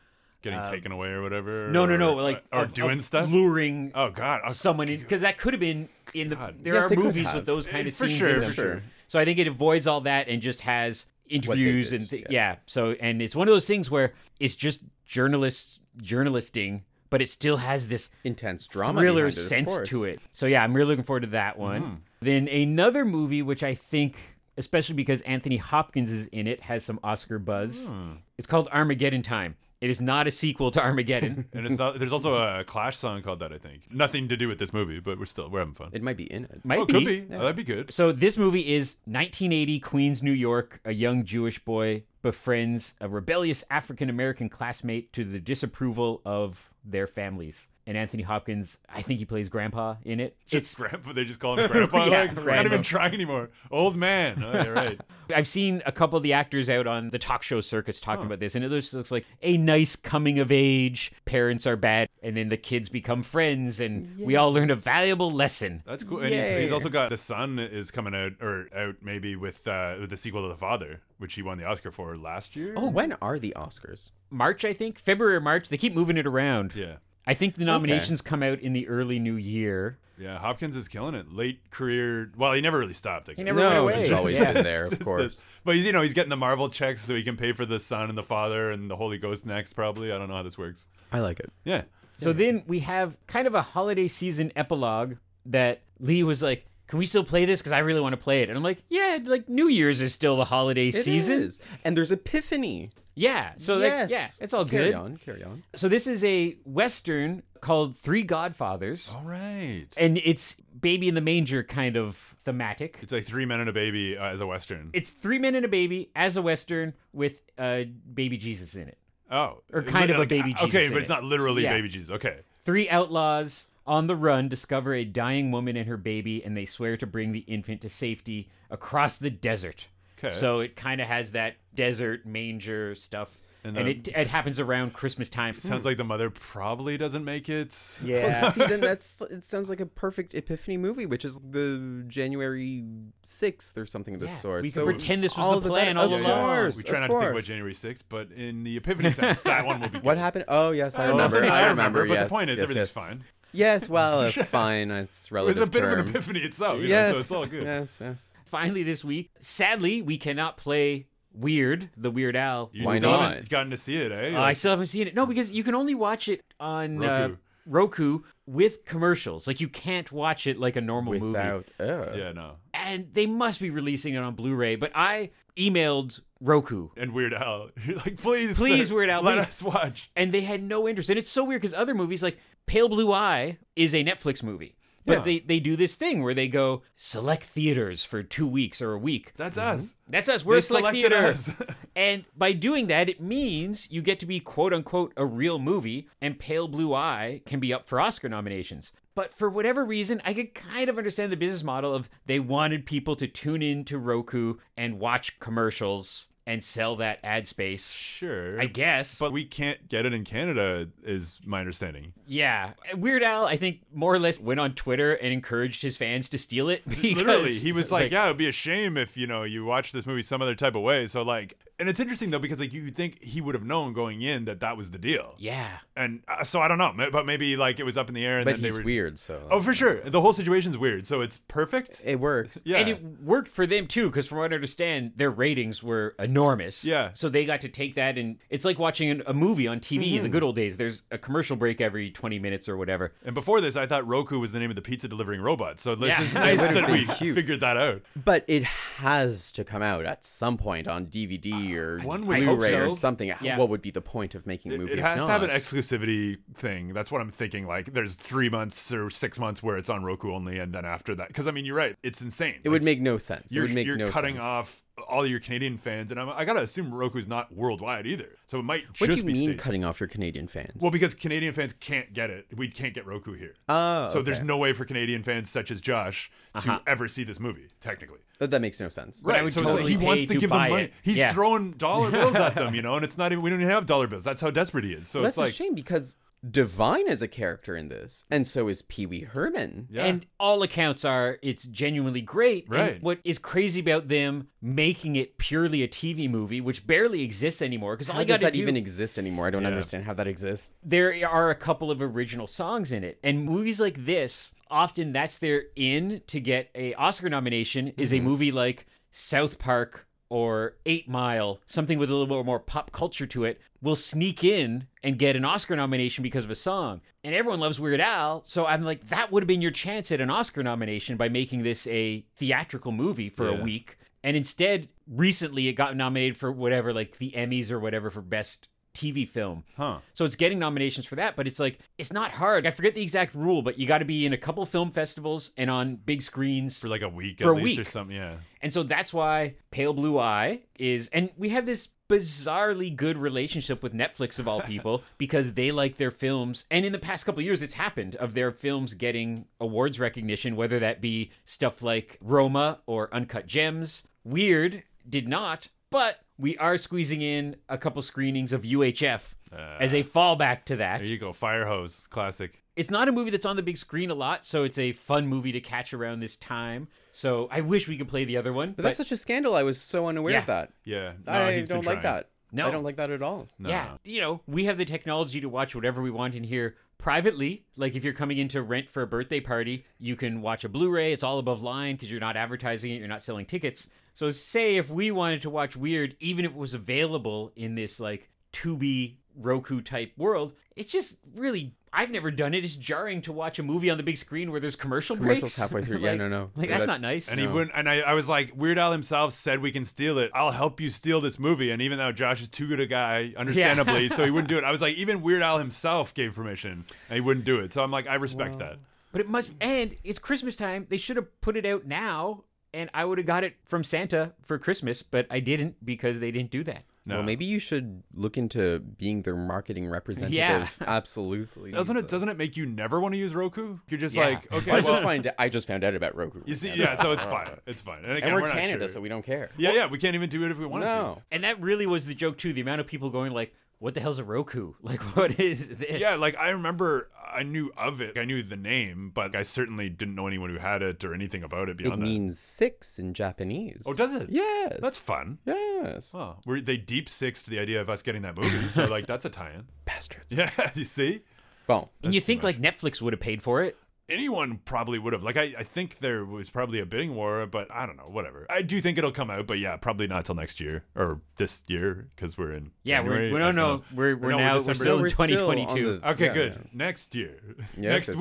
A: Getting taken away or whatever.
B: Um, No, no,
A: or-
B: no. Like,
A: or
B: of-
A: doing
B: of
A: stuff.
B: Luring
A: Oh God, oh,
B: someone in because that could have been in the there
C: Yes,
B: are
C: it could
B: movies
C: have.
B: with those kind of
A: For
B: scenes
A: sure,
B: in
A: for
B: them.
C: sure.
B: so i think it avoids all that and just has interviews
C: did,
B: and th-
C: yes.
B: yeah so and it's one of those things where it's just journalists journalisting but it still has this
C: Intense drama.
B: thriller
C: behind it, of
B: sense
C: course.
B: to it so yeah i'm really looking forward to that one
A: Mm.
B: then another movie which i think especially because anthony hopkins is in it has some oscar buzz
A: Hmm.
B: it's called armageddon time it is not a sequel to armageddon
A: and it's not, there's also a Clash song called that. I think nothing to do with this movie, but we're still we're having fun.
C: It might be in it.
B: might
A: oh, could be. Oh, that'd be good.
B: So this movie is 1980 Queens, New York. A young Jewish boy befriends a rebellious African American classmate to the disapproval of their families. And Anthony Hopkins, I think he plays grandpa in it.
A: Just
B: it's
A: grandpa. They just call him grandpa.
B: Yeah,
A: like, Not
B: grandpa.
A: even trying anymore. Old man. Oh, yeah, right.
B: I've seen a couple of the actors out on the talk show circus talking about this, and it just looks like a nice coming of age. Parents are bad, and then the kids become friends, and we all learn a valuable lesson.
A: That's cool. And he's, he's
C: Yay.
A: also got the son is coming out or out maybe with uh, with the sequel to the father, which he won the Oscar for last year.
C: Oh, when are the Oscars?
B: March, I think, February or March. They keep moving it around.
A: yeah.
B: I think the nominations come out in the early new year.
A: Yeah, Hopkins is killing it. Late career. Well, he never really stopped. I
B: He
A: guess.
B: never went
C: No,
B: away.
C: he's always
B: Yeah.
C: been there,
A: It's
C: of
A: just
C: course.
A: this- but he's, you know, he's getting the Marvel checks so he can pay for the Son and the Father and the Holy Ghost next, probably. I don't know how this works.
C: I like it.
A: Yeah.
B: So then we have kind of a holiday season epilogue that Lee was like, "Can we still play this? Because I really want to play it." And I'm like, "Yeah, like New Year's is still the holiday
C: It
B: season.
C: is. And there's Epiphany.
B: Yeah, so
C: yes.
B: that, yeah, it's all
C: carry
B: good.
C: on, carry on.
B: So this is a western called Three Godfathers,
A: All right.
B: and it's baby in the manger kind of thematic.
A: It's like Three Men and a Baby uh, as a Western.
B: It's three men and a baby as a western with uh, baby Jesus in it.
A: Oh,
B: Or kind of a baby Jesus
A: Okay,
B: in
A: but it's
B: it.
A: not literally
B: Yeah.
A: baby Jesus. Okay,
B: Three outlaws on the run discover a dying woman and her baby, and they swear to bring the infant to safety across the desert.
A: 'Kay.
B: So it kind of has that desert manger stuff,
A: And
B: and,
A: the-
B: it it happens around Christmas time.
A: sounds like the mother probably doesn't make it.
B: yeah.
C: See, then that's it sounds like a perfect Epiphany movie, which is the January sixth or something of this
B: Yeah,
C: sort.
B: we can
C: so
B: pretend this was
C: all
B: the
C: the
B: plan
C: better-
B: all
C: of
B: along.
C: Course,
A: we try
C: of
A: not to think about
C: course.
A: January 6th, but in the Epiphany sense, that one will be. Good.
C: What happened? Oh yes, I
A: Uh,
C: remember.
A: nothing
C: I remember.
A: But
C: yes,
A: the point is,
C: yes,
A: everything's
C: yes.
A: fine.
C: Yes, well, uh, fine. It's
A: It was
C: relative.
A: a bit
C: term.
A: of an epiphany itself. You
C: yes,
A: know, so it's all good.
C: yes, yes.
B: Finally, this week, sadly, we cannot play Weird, the Weird Al.
A: You
C: Why
A: still
C: not?
A: haven't gotten to see it, eh?
B: Uh, I still haven't seen it. No, because you can only watch it on Uh,
A: Roku.
B: Roku with commercials. Like you can't watch it like a normal movie.
C: Without, uh,
A: yeah, no.
B: And they must be releasing it on Blu-ray. But I emailed Roku,
A: And Weird Al, you're like, please,
B: Please,
A: sir,
B: Weird Al,
A: let
B: please."
A: us watch.
B: and they had no interest. And it's so weird because other movies like Pale Blue Eye is a Netflix movie. But
A: Yeah.
B: they, they do this thing where they go select theaters for two weeks or a week.
A: That's us.
B: That's us. We're
A: They
B: a select
A: selected
B: theater.
A: us.
B: and by doing that, it means you get to be quote unquote a real movie, and Pale Blue Eye can be up for Oscar nominations. But for whatever reason, I could kind of understand the business model of they wanted people to tune in to Roku and watch commercials and sell that ad space.
A: Sure.
B: I guess.
A: But we can't get it in Canada, is my understanding.
B: yeah. Weird Al, I think, more or less went on Twitter and encouraged his fans to steal it. Because,
A: Literally, he was like, "Yeah, it'd be a shame if you know you watch this movie some other type of way." So like, and it's interesting though because like you think he would have known going in that that was the deal,
B: Yeah.
A: and uh, so I don't know, ma- but maybe like it was up in the air and
C: but
A: then they
C: he's
A: were
C: weird, so
A: oh for sure the whole situation's weird, so it's perfect.
C: it works.
A: Yeah,
B: And it worked for them too, because from what I understand, their ratings were enormous.
A: Yeah.
B: So they got to take that, and it's like watching an, a movie on TV
A: Mm-hmm.
B: in the good old days. There's a commercial break every 20 minutes or whatever.
A: and before this, I thought Roku was the name of the pizza delivering robot, so this
B: Yeah.
A: is
B: That
A: nice
C: would've
A: that
C: been
A: we
C: cute.
A: figured that out.
C: But it has to come out at some point on DVD or
A: one Uh, would hope
C: Blu-ray or
B: so.
C: something.
B: Yeah.
C: What would be the point of making a movie?
A: It
C: if
A: has to have an
C: not?
A: exclusivity thing. That's what I'm thinking. Like, there's three months or six months where it's on Roku only, and then after that, because I mean, you're right, it's insane.
C: It would make no sense. It
A: you're,
C: would make
A: you're
C: no
A: cutting
C: sense.
A: off all your Canadian fans, and I'm, I gotta assume Roku's not worldwide either, so it might
C: What do
A: just
C: you
A: be
C: mean
A: States.
C: cutting off your Canadian fans?
A: well, because Canadian fans can't get it, we can't get Roku here,
C: oh,
A: so there's
C: okay. Uh-huh.
A: no way for Canadian fans such as Josh to ever see this movie technically.
C: But that makes no sense.
B: I would
A: so it's
B: totally
A: like he wants
B: pay
A: to
B: to
A: give them
B: buy
A: money.
B: it.
A: He's
B: Yeah.
A: throwing dollar bills at them, you know, and it's not even we don't even have dollar bills. That's how desperate he is. So
C: That's
A: it's like
C: a shame because Divine is a character in this, and so is Pee Wee Herman.
A: Yeah.
B: And all accounts are it's genuinely great. And
A: Right.
B: what is crazy about them making it purely a TV movie, which barely exists anymore, because all
C: How
B: you
C: does
B: got to
C: that
B: do
C: even exist anymore? I don't understand how that exists.
B: there are a couple of original songs in it and movies like this often that's their in to get a oscar nomination is a movie like south park or eight mile something with a little bit more pop culture to it will sneak in and get an oscar nomination because of a song and everyone loves weird al so i'm like that would have been your chance at an oscar nomination by making this a theatrical movie for
A: Yeah.
B: a week and instead recently it got nominated for whatever like the emmys or whatever for best tv film
A: huh?
B: so it's getting nominations for that, but it's like it's not hard. I forget the exact rule, but you got to be in a couple film festivals and on big screens.
A: For like a week,
B: For
A: at
B: a
A: least, or
B: week.
A: something. Yeah.
B: And so that's why Pale Blue Eye is and we have this bizarrely good relationship with Netflix of all people because they like their films and in the past couple of years it's happened of their films getting awards recognition whether that be stuff like Roma or Uncut Gems. Weird did not, but we are squeezing in a couple screenings of UHF as a fallback to that.
A: There you go, fire hose, classic.
B: it's not a movie that's on the big screen a lot, so it's a fun movie to catch around this time. So I wish we could play the other one.
C: But that's
B: but
C: such a scandal. I was so unaware
B: Yeah.
C: of that.
A: Yeah, no,
C: I
A: he's been
C: don't like
A: trying.
C: that.
B: No.
C: I don't like that at all.
A: No.
B: Yeah. You know, we have the technology to watch whatever we want in here privately. Like if you're coming in to rent for a birthday party, you can watch a Blu ray. It's all above line because you're not advertising it, you're not selling tickets. So, say if we wanted to watch Weird, even if it was available in this like Tubi Roku type world, it's just really. I've never done it. It's jarring to watch a movie on the big screen where there's commercial
C: Commercials
B: breaks.
C: halfway through. Yeah,
B: Like-
C: no, no.
B: Like that's,
C: That's-
B: not nice.
A: And he
C: No.
A: wouldn't. And I, I was like, Weird Al himself said we can steal it. I'll help you steal this movie. And even though Josh is too good a guy, understandably, so he wouldn't do it. I was like, even Weird Al himself gave permission, and he wouldn't do it. So I'm like, I respect that.
B: But it must, and it's Christmas time. They should have put it out now, and I would have got it from Santa for Christmas, but I didn't because they didn't do that.
A: No.
C: Well, maybe you should look into being their marketing representative. Absolutely.
A: doesn't it? Doesn't it make you never want to use Roku? You're just
B: Yeah.
A: like, okay,
C: I
A: well,
C: just find I just found out about Roku.
A: you see, yeah. So it's fine. It's fine. And, again,
C: and we're,
A: not
C: Canada,
A: sure.
C: so we don't care.
A: yeah, yeah. We can't even do it if we wanted
C: No.
B: And that really was the joke too. The amount of people going like, "What the hell's a Roku? Like, what is
A: to.
B: this?"
A: Yeah, like I remember, I knew of it. I knew the name, but I certainly didn't know anyone who had it or anything about it
C: It
A: beyond that.
C: means six in Japanese.
A: oh, does it?
C: Yes.
A: That's fun.
C: yes.
A: Oh, were they deep sixed the idea of us getting that movie? So like that's a tie-in.
C: Bastards.
A: Yeah, you see,
C: Well,
B: and you think like Netflix would have paid for it?
A: anyone probably would have. Like I, I think there was probably a bidding war, but I don't know. Whatever. I do think it'll come out, but yeah, probably not till next year or this year because we're in.
B: Yeah,
A: January.
B: we're, we don't
A: I
B: know.
A: don't
B: We're we're
A: No,
B: now we're
A: December.
B: still
C: We're
B: in
C: still on
B: 2022.
C: the-
A: Okay,
C: Yeah,
A: good.
C: yeah.
A: Next year. next
C: Yes, yes,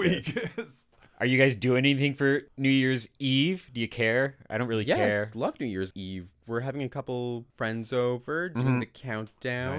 A: week.
B: Are you guys doing anything for New Year's Eve? Do you care? I don't really care.
C: Yes, love New Year's Eve. We're having a couple friends over, doing the countdown,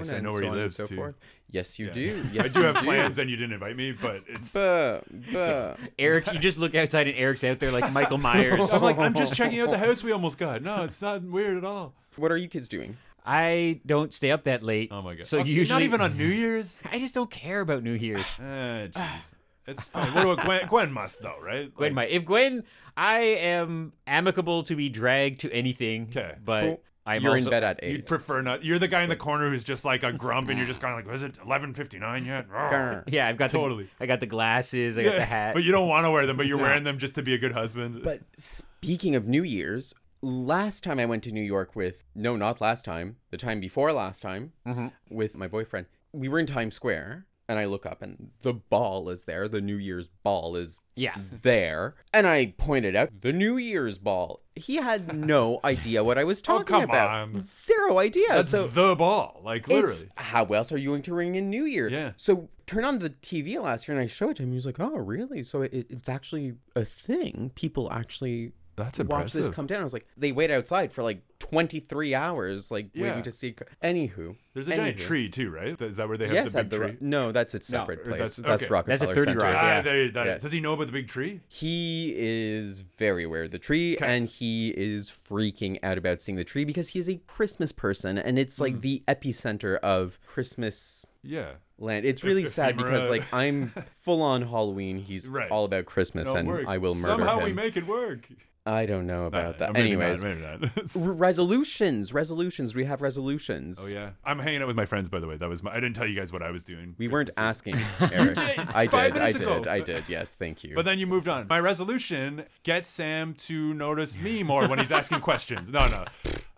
A: Mm-hmm. Nice, I
C: and
A: know
C: so
A: where he
C: on
A: lives,
C: and so
A: too.
C: forth. Yes, you
A: Yeah.
C: do. Yes,
A: I do
C: you
A: have plans, and you didn't invite me, but it's.
C: Buh, buh.
B: Eric, you just look outside and Eric's out there like Michael Myers.
A: I'm like, I'm just checking out the house we almost got. No, it's not weird at all.
C: What are you kids doing?
B: I don't stay up that late.
A: Oh my god.
B: So
A: Okay,
B: usually
A: not even on New Year's.
B: I just don't care about New Year's.
A: Ah, jeez. It's fine. What about Gwen? Gwen must though, right?
B: Gwen might. If Gwen, I am amicable to be dragged to anything.
A: 'Kay.
B: But
C: Cool.
B: I'm
C: You're
B: also,
C: in bed at
A: You'd
C: eight.
A: prefer not. You're the guy in the corner who's just like a grump, and you're just kind of like, "Was it 11:59 yet?"
C: Grr.
B: Yeah, I've got
A: Totally.
B: The, I got the glasses. I got the hat.
A: But you don't want to wear them, but you're wearing them just to be a good husband.
C: But uh, speaking of New Year's, last time I went to New York with no, not last time, the time before last time
A: Mm-hmm.
C: with my boyfriend, we were in Times Square, and I look up and the ball is there. The New Year's ball is
B: Yeah.
C: there, and I pointed out the New Year's ball. He had no idea what I was talking
A: Oh, come
C: about.
A: on.
C: Zero idea.
A: That's
C: so
A: the ball, like literally.
C: It's how else are you entering in New Year?
A: Yeah.
C: So turn on the TV last year and I show it to him. He's like, oh, really? So it, it's actually a thing. People actually
A: That's
C: watch this
A: impressive.
C: come down. I was like, they wait outside for like 23 hours, like
A: Yeah.
C: waiting to see. it co- Anywho.
A: There's a giant
C: anywho.
A: tree too, right? Is that where they have
C: Yes,
A: the
C: at
A: big
C: the
A: tree?
C: Ro- no, that's a separate
A: or that's-
C: place. That's,
A: okay.
C: Rockefeller
B: That's a 30
C: Center.
B: Rock.
A: Ah,
B: Yeah.
A: there, that,
C: Yes.
A: Does he know about the big tree?
C: He is very aware of the tree and he is freaking out about seeing the tree because he is a Christmas person and it's
A: Hmm.
C: like the epicenter of Christmas
A: Yeah.
C: land. It's really sad because
A: ephemera.
C: like I'm full on Halloween. He's
A: Right.
C: all about Christmas,
A: No, it
C: and
A: works.
C: I will murder
A: Somehow
C: him.
A: we make it work.
C: I don't know about
A: Uh,
C: that.
A: maybe not,
C: Anyways,
A: maybe not.
C: r- resolutions, resolutions. We have resolutions.
A: oh yeah. I'm hanging out with my friends, by the way. That was my. I didn't tell you guys what I was doing.
C: We weren't asking, Eric. I did.
A: Five
C: I
A: minutes
C: did.
A: ago.
C: I did. Yes, thank you.
A: But then you moved on. My resolution: get Sam to notice me more when he's asking questions. No, no,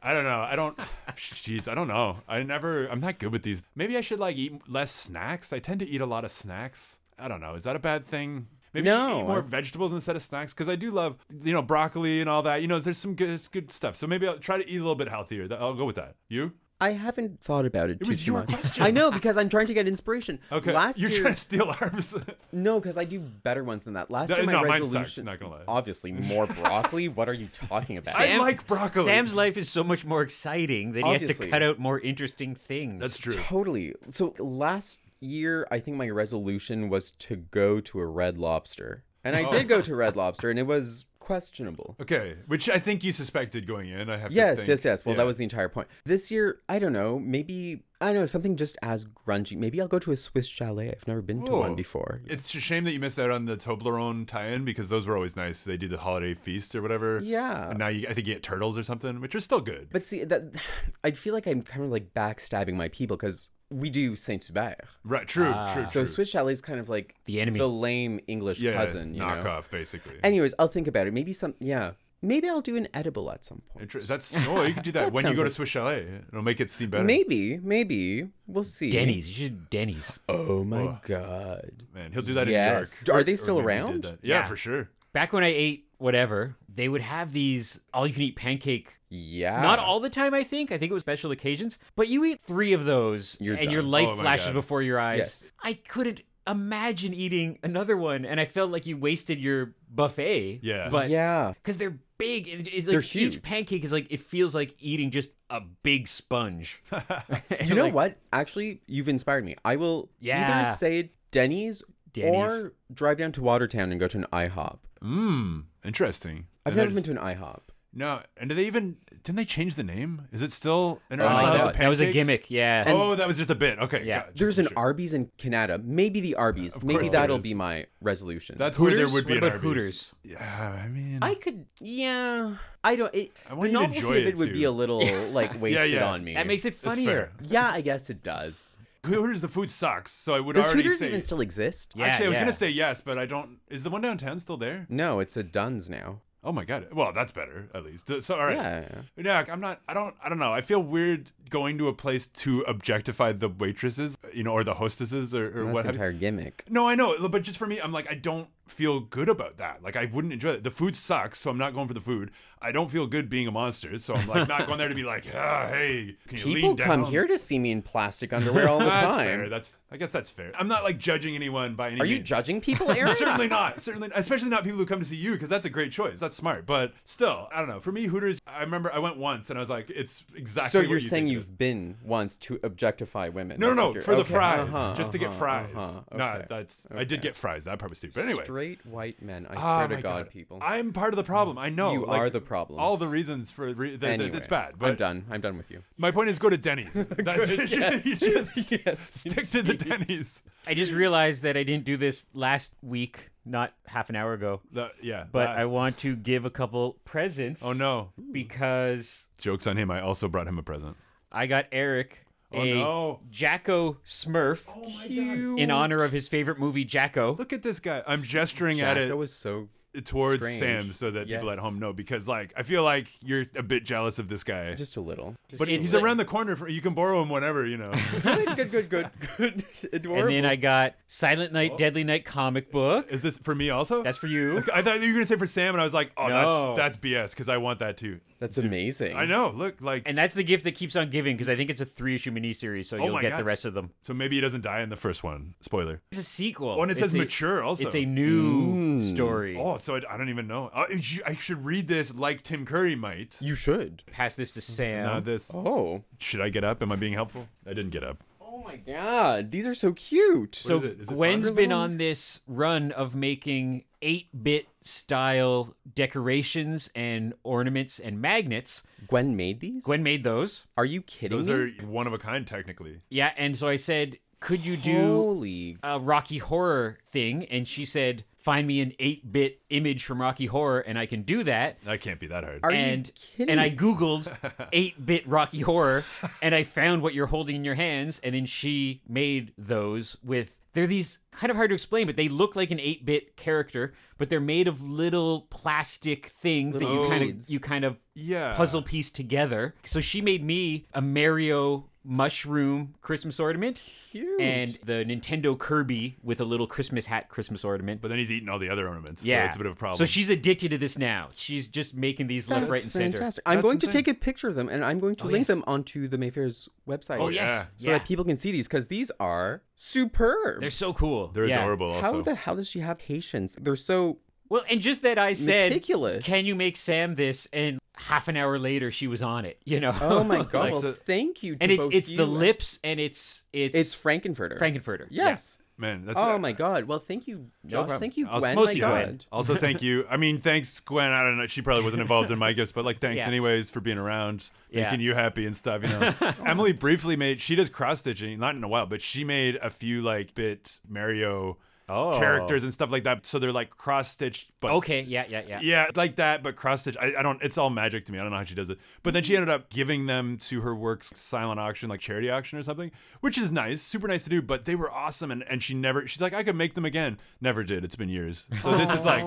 A: I don't know. I don't. Jeez, I don't know. I never. I'm not good with these. Maybe I should like eat less snacks. I tend to eat a lot of snacks. I don't know. Is that a bad thing? Maybe
C: No,
A: eat more
C: I-
A: vegetables instead of snacks because I do love you know broccoli and all that. You know, there's some good good stuff. So maybe I'll try to eat a little bit healthier. Th- I'll go with that. You?
C: I haven't thought about it, too,
A: was
C: too
A: your
C: much.
A: question.
C: I know because I'm trying to get inspiration.
A: Okay.
C: Last
A: You're
C: year,
A: trying to steal ours.
C: no, because I do better ones than that. Last
A: No,
C: year, my
A: no, mine sucked,
C: resolution.
A: not gonna lie.
C: Obviously, more broccoli. what are you talking about?
A: I like broccoli.
B: Sam's life is so much more exciting that he has to
C: Obviously.
B: cut out more interesting things.
A: That's true.
C: Totally. So last year, I think my resolution was to go to a Red Lobster, and I did go to Red Lobster, and it was questionable.
A: Oh. Okay, which I think you suspected going in. I have to
C: Yes,
A: think.
C: yes, yes. Well,
A: Yeah.
C: that was the entire point. This year, I don't know. Maybe I don't know something just as grungy. Maybe I'll go to a Swiss chalet. I've never been to
A: Ooh.
C: one before.
A: It's a shame that you missed out on the Toblerone tie-in because those were always nice. They do the holiday feast or whatever.
C: Yeah.
A: And now you, I think you get turtles or something, which are still good.
C: But see, that I feel like I'm kind of like backstabbing my people because we do Saint Hubert.
A: right. True. true.
C: Ah. So
A: true.
C: Swiss chalet is kind of like
B: The enemy.
C: the lame English
A: yeah,
C: cousin. You know?
A: knockoff basically.
C: Anyways, I'll think about it. Maybe some. Yeah. Maybe I'll do an edible at some point.
A: Inter- That's no, you could do that,
C: That
A: when you
C: sounds
A: go to
C: like-
A: Swiss Chalet. It'll make it seem better.
C: Maybe, maybe we'll see.
B: Denny's. You should do Denny's.
C: Oh my god.
A: Man, he'll do that
C: Yes.
A: in New York.
C: Are they still
A: maybe he did
C: around?
A: that. Yeah,
B: Yeah.
A: for sure.
B: Back when I ate whatever, they would have these all-you-can-eat pancake
C: Yeah.
B: Not all the time, I think. I think it was special occasions. But you eat three of those,
C: You're
B: and your
C: done.
B: life
A: Oh my
B: flashes
A: God.
B: before your eyes.
C: Yes.
B: I couldn't imagine eating another one, and I felt like you wasted your buffet.
A: Yeah.
B: but
C: yeah.
B: because they're big, it- it's
C: They're
B: like each
C: huge.
B: pancake is like it feels like eating just a big sponge.
C: You know what? Actually, you've inspired me. I will
B: Yeah.
C: either say Denny's,
B: Denny's.
C: or drive down to Watertown and go to an IHOP.
A: Mmm. Interesting.
C: I've
A: And
C: never
A: there's-
C: been to an IHOP.
A: No, and do they even? Didn't they change the name? Is it still
B: Uh,
A: International House
B: that,
A: of
B: that was a
A: Pancakes?
B: gimmick. Yeah.
A: oh, that was just a bit. Okay.
B: Yeah.
A: got- just
C: There's
A: to
C: an
A: be sure.
C: Arby's in Canada. Maybe the Arby's.
A: Of
C: Maybe
A: course there
C: that'll
A: is.
C: be my resolution.
A: That's
B: Hooters?
A: where there would be
B: What
A: an
B: about
A: Arby's.
B: Hooters?
A: Yeah, I mean,
C: I could, yeah. I don't. It,
A: I
C: the
A: want you to
C: novelty
A: enjoy
C: of
A: it
C: it would be
A: too.
C: a little like wasted
A: yeah.
C: on me.
B: that makes it
A: that's
B: funnier.
A: fair.
C: Yeah, I guess it does.
A: Hooters the food sucks, so I would
C: Does
A: already
C: Hooters
A: say.
C: even still exist?
B: Yeah,
A: Actually, I was
B: yeah.
A: gonna say yes, but I don't. Is the one downtown still there?
C: No, it's a Dunn's now.
A: Oh my god. Well, that's better at least. So all right.
C: Yeah.
A: Yeah, I'm not. I don't. I don't know. I feel weird going to a place to objectify the waitresses, you know, or the hostesses, or, or
C: That's
A: what.
C: the
A: have you.
C: entire gimmick.
A: No, I know, but just for me, I'm like, I don't feel good about that. Like, I wouldn't enjoy it. The food sucks, so I'm not going for the food. I don't feel good being a monster, so I'm like not going there to be like, ah, hey, can you
C: People
A: lean down?
C: come here to see me in plastic underwear all the
A: that's
C: time.
A: fair. That's. I guess that's fair. I'm not like judging anyone by any.
C: Are you
A: means.
C: judging people, Aaron?
A: Certainly not. Certainly, especially not people who come to see you because that's a great choice. That's smart. But still, I don't know. For me, Hooters. I remember I went once and I was like, it's exactly.
C: So
A: what
C: you're
A: you
C: saying
A: think it
C: you've been once to objectify women?
A: No,
C: That's
A: no,
C: what
A: no,
C: you're-
A: for the
C: okay,
A: fries,
C: uh-huh,
A: just to get
C: uh-huh,
A: fries.
C: uh-huh,
A: Nah,
C: okay.
A: that's I did get fries. That probably stupid. But anyway,
C: Straight white men. I
A: Ah,
C: swear to
A: my
C: God, people.
A: I'm part of the problem. I know
C: You
A: like,
C: are the problem.
A: All the reasons for re- that that
C: Anyways,
A: it's bad.
C: I'm
A: But
C: done. I'm done with you.
A: my point is, go to Denny's. That's it.
C: yes.
A: you just
C: Yes,
A: stick to the Denny's.
B: I just realized that I didn't do this last week, not half an hour ago.
A: The- yeah,
B: But
A: last.
B: I want to give a couple presents.
A: Oh no!
B: because
A: Jokes on him. I also brought him a present.
B: I got Eric
A: Oh,
B: a
A: no. Oh,
B: Jacko Smurf
A: Cute.
B: in honor of his favorite movie Jacko.
A: Look at this guy. I'm gesturing at
C: Jack,
A: it
C: That was so.
A: towards
C: strange.
A: Sam so that people at
C: Yes.
A: home know because, like, I feel like you're a bit jealous of this guy.
C: Just a little.
A: but
B: It's
A: he's
B: like-
A: around the corner. For, you can borrow him whenever, you know.
C: good, good, good, good. Adorable.
B: and then I got Silent Night, Deadly Night comic book.
A: Oh. Is this for me also?
B: That's for you.
A: I thought you were gonna say for Sam, and I was like, oh,
B: No.
A: that's that's BS because I want that too.
C: That's amazing.
A: I know. Look, like,
B: And that's the gift that keeps on giving because I think it's a three issue miniseries, so
A: Oh
B: you'll
A: my
B: get
A: God.
B: the rest of them.
A: so maybe he doesn't die in the first one. Spoiler.
B: It's a sequel.
A: Oh, and it
B: It's
A: says
B: a-
A: mature also.
B: It's a new story.
A: oh, so I, I don't even know. I, I should read this like Tim Curry might.
C: You should.
B: Pass this to Sam.
A: Now this.
C: Oh.
A: Should I get up? Am I being helpful? I didn't get up.
C: Oh my God. These are so cute.
B: So
A: is it? Is it
B: Gwen's
A: Fonda?
B: been on this run of making 8-bit style decorations and ornaments and magnets.
C: Gwen made these.
B: Gwen made those.
C: Are you kidding
A: Those
C: me?
A: are one of a kind, technically.
B: Yeah, and so I said, "Could you do
C: Holy.
B: a Rocky Horror thing?" And she said, "Find me an 8-bit image from Rocky Horror and I can do that."
A: That can't be that hard.
C: Are you
B: and
C: kidding
B: and I
C: me?
B: googled 8-bit Rocky Horror and I found what you're holding in your hands and then she made those with they're these kind of hard to explain but they look like an 8-bit character but they're made of little plastic things that
C: Little
B: you kind of
C: beads.
B: you kind of
A: Yeah.
B: puzzle piece together. So she made me a Mario mushroom Christmas ornament
C: Cute.
B: and the Nintendo Kirby with a little Christmas hat Christmas ornament.
A: But then he's eating all the other ornaments.
B: yeah,
A: So it's a bit of a problem.
B: So she's addicted to this now. She's just making these left, right, and center. Oh,
C: fantastic. I'm
A: That's
C: going to
A: insane.
C: take a picture of them and I'm going to link
B: yes.
C: them onto the Mayfair's website.
B: Oh yes, yeah.
A: yeah.
C: So that people can see these because these are superb.
B: they're so cool.
A: They're
B: Yeah.
A: adorable also.
C: how the hell does she have patience? They're so
B: Well, and just that I said,
C: Meticulous.
B: "Can you make Sam this?" And half an hour later, she was on it. You know.
C: Oh my god!
A: Like,
C: well,
A: so-
C: thank you. To
B: and it's
C: both
B: it's
C: you
B: the
C: and-
B: lips and it's it's
C: It's Frankenfurter.
B: Frankenfurter. Yeah.
C: Yes.
A: Man, that's
C: Oh my god! Well, thank you, Josh.
B: problem.
C: Thank you,
A: I'll-
C: Gwen.
B: Mostly
C: my god.
B: Gwen.
A: Also, thank you. I mean, thanks, Gwen. I don't know. She probably wasn't involved in my gifts, but like, thanks
B: Yeah.
A: anyways for being around,
B: Yeah.
A: making you happy and stuff. You know, Emily briefly made. She does cross stitching, not in a while, but she made a few like bit Mario
B: Oh.
A: characters and stuff like that. So they're like cross stitched, but
B: Okay. Yeah. Yeah. Yeah.
A: yeah, like that, but cross stitch. I, I don't. It's all magic to me. I don't know how she does it. But then she ended up giving them to her works silent auction, like charity auction or something, which is nice, super nice to do. But they were awesome, and and she never. She's like, I could make them again. Never did. It's been years. So this is like.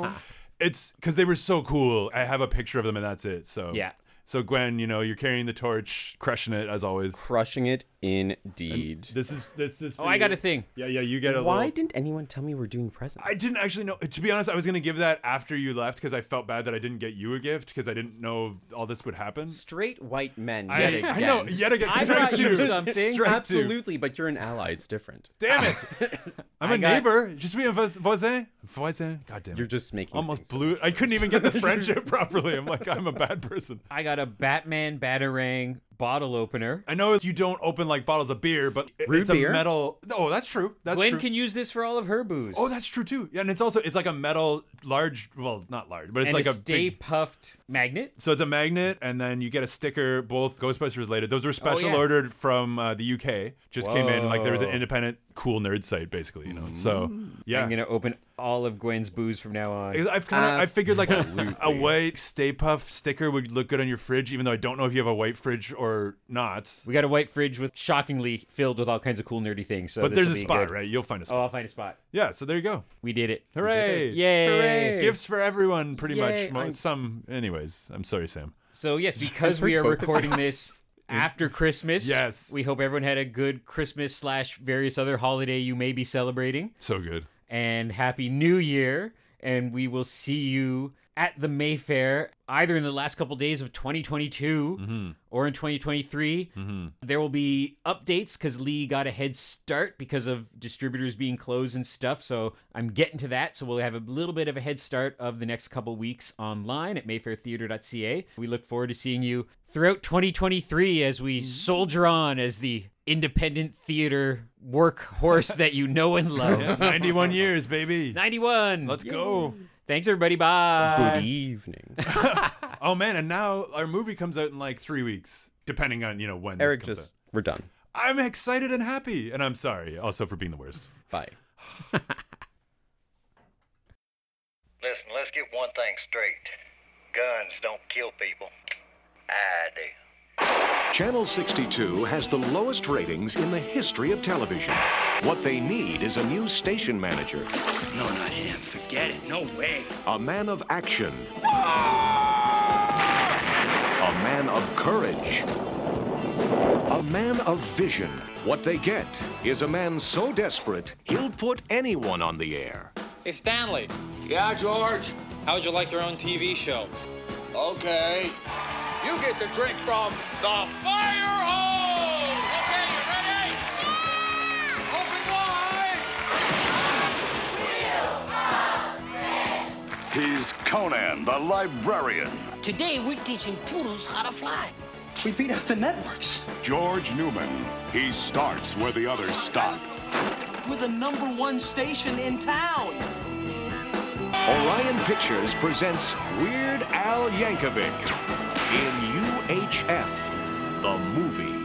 A: it's because they were so cool. I have a picture of them, and that's it. So
B: Yeah.
A: So Gwen, you know, you're carrying the torch, crushing it as always.
C: Crushing it indeed.
A: This is this is.
B: Oh, I got a thing.
A: Yeah, yeah. You get a
C: Why
A: little-
C: didn't anyone tell me we're doing presents?
A: I didn't actually know. To be honest, I was gonna give that after you left because I felt bad that I didn't get you a gift because I didn't know all this would happen.
C: Straight white men.
A: I,
C: yet
A: I
C: again.
A: know. Yet again.
B: I
A: straight
B: brought you
A: to-
B: something.
A: Straight to.
C: Absolutely, but you're an ally. It's different.
A: Damn it! I'm a
B: I got-
A: neighbor. Just be a voisin. Voisin. voisin. God damn it.
C: You're just making
A: almost
C: things
A: blew it. I couldn't even get the friendship properly. I'm like, I'm a bad person.
B: I got a Batman Batarang bottle opener.
A: I know you don't open like bottles of beer, but it-
C: Root
A: it's
C: beer?
A: a metal. Oh, that's true. That's
B: Glenn
A: true.
B: can use this for all of her booze.
A: Oh, that's true too. Yeah, and it's also it's like a metal large, well, not large, but it's
B: and
A: like
B: a,
A: a,
B: stay
A: big.
B: puffed magnet.
A: So it's a magnet, and then you get a sticker, both Ghostbusters related. Those were special
B: Oh, yeah.
A: ordered from uh, the UK. Just came in like there was an
B: Whoa. Mm-hmm.
A: independent cool nerd site, basically. You know, so yeah.
B: I'm gonna open all of Gwen's booze from now on.
A: Because I've kind
B: uh,
A: of I figured like a, a white Stay Puff sticker would look good on your fridge, even though I don't know if you have a white fridge or not.
B: We got a white fridge with shockingly filled with all kinds of cool nerdy things. So
A: But
B: this'll
A: there's a
B: be
A: spot,
B: good.
A: right? You'll find a
B: Oh,
A: spot.
B: I'll find a spot.
A: Yeah, so there you go.
B: We did it.
A: Hooray!
B: Yay!
C: Hooray.
A: Gifts for everyone, pretty
C: Yay,
A: much. Mo-
C: I'm-
A: Some, anyways. I'm sorry, Sam.
B: So yes, because
C: Sorry,
B: we are
C: both of
B: recording this after Christmas.
A: Yes.
B: We hope everyone had a good Christmas slash various other holiday you may be celebrating.
A: So good.
B: And happy new year. And we will see you at the Mayfair either in the last couple days of 2022 or in 2023. There will be updates because Lee got a head start because of distributors being closed and stuff. So I'm getting to that. So we'll have a little bit of a head start of the next couple weeks online at mayfairtheater.ca. We look forward to seeing you throughout 2023 as we soldier on as the independent theater workhorse that you know and love.
A: Yeah, 91 years, baby.
B: 91.
A: Let's go.
B: Thanks, everybody. Bye.
C: Good evening.
A: Oh man, and now our movie comes out in like three weeks, depending on you know when. this
C: Eric,
A: comes
C: just we're done.
A: out. I'm excited and happy, and I'm sorry also for being the worst.
C: Bye.
D: Listen, let's get one thing straight. Guns don't kill people. I do.
E: Channel 62 has the lowest ratings in the history of television. What they need is a new station manager,
F: No, not him. Forget it. No way.
E: a man of action, a man of courage, a man of vision. What they get is a man so desperate, he'll put anyone on the air.
G: Hey, Stanley,
H: Yeah, George.
G: how would you like your own TV show?
H: Okay. You get the drink from the fire hose. Okay, you ready? Open wide.
I: He's Conan the Librarian,
J: Today we're teaching poodles how to fly.
F: We beat out the networks.
I: George Newman. He starts where the others stop.
F: We're the number one station in town.
E: Orion Pictures presents Weird Al Yankovic in UHF, the movie.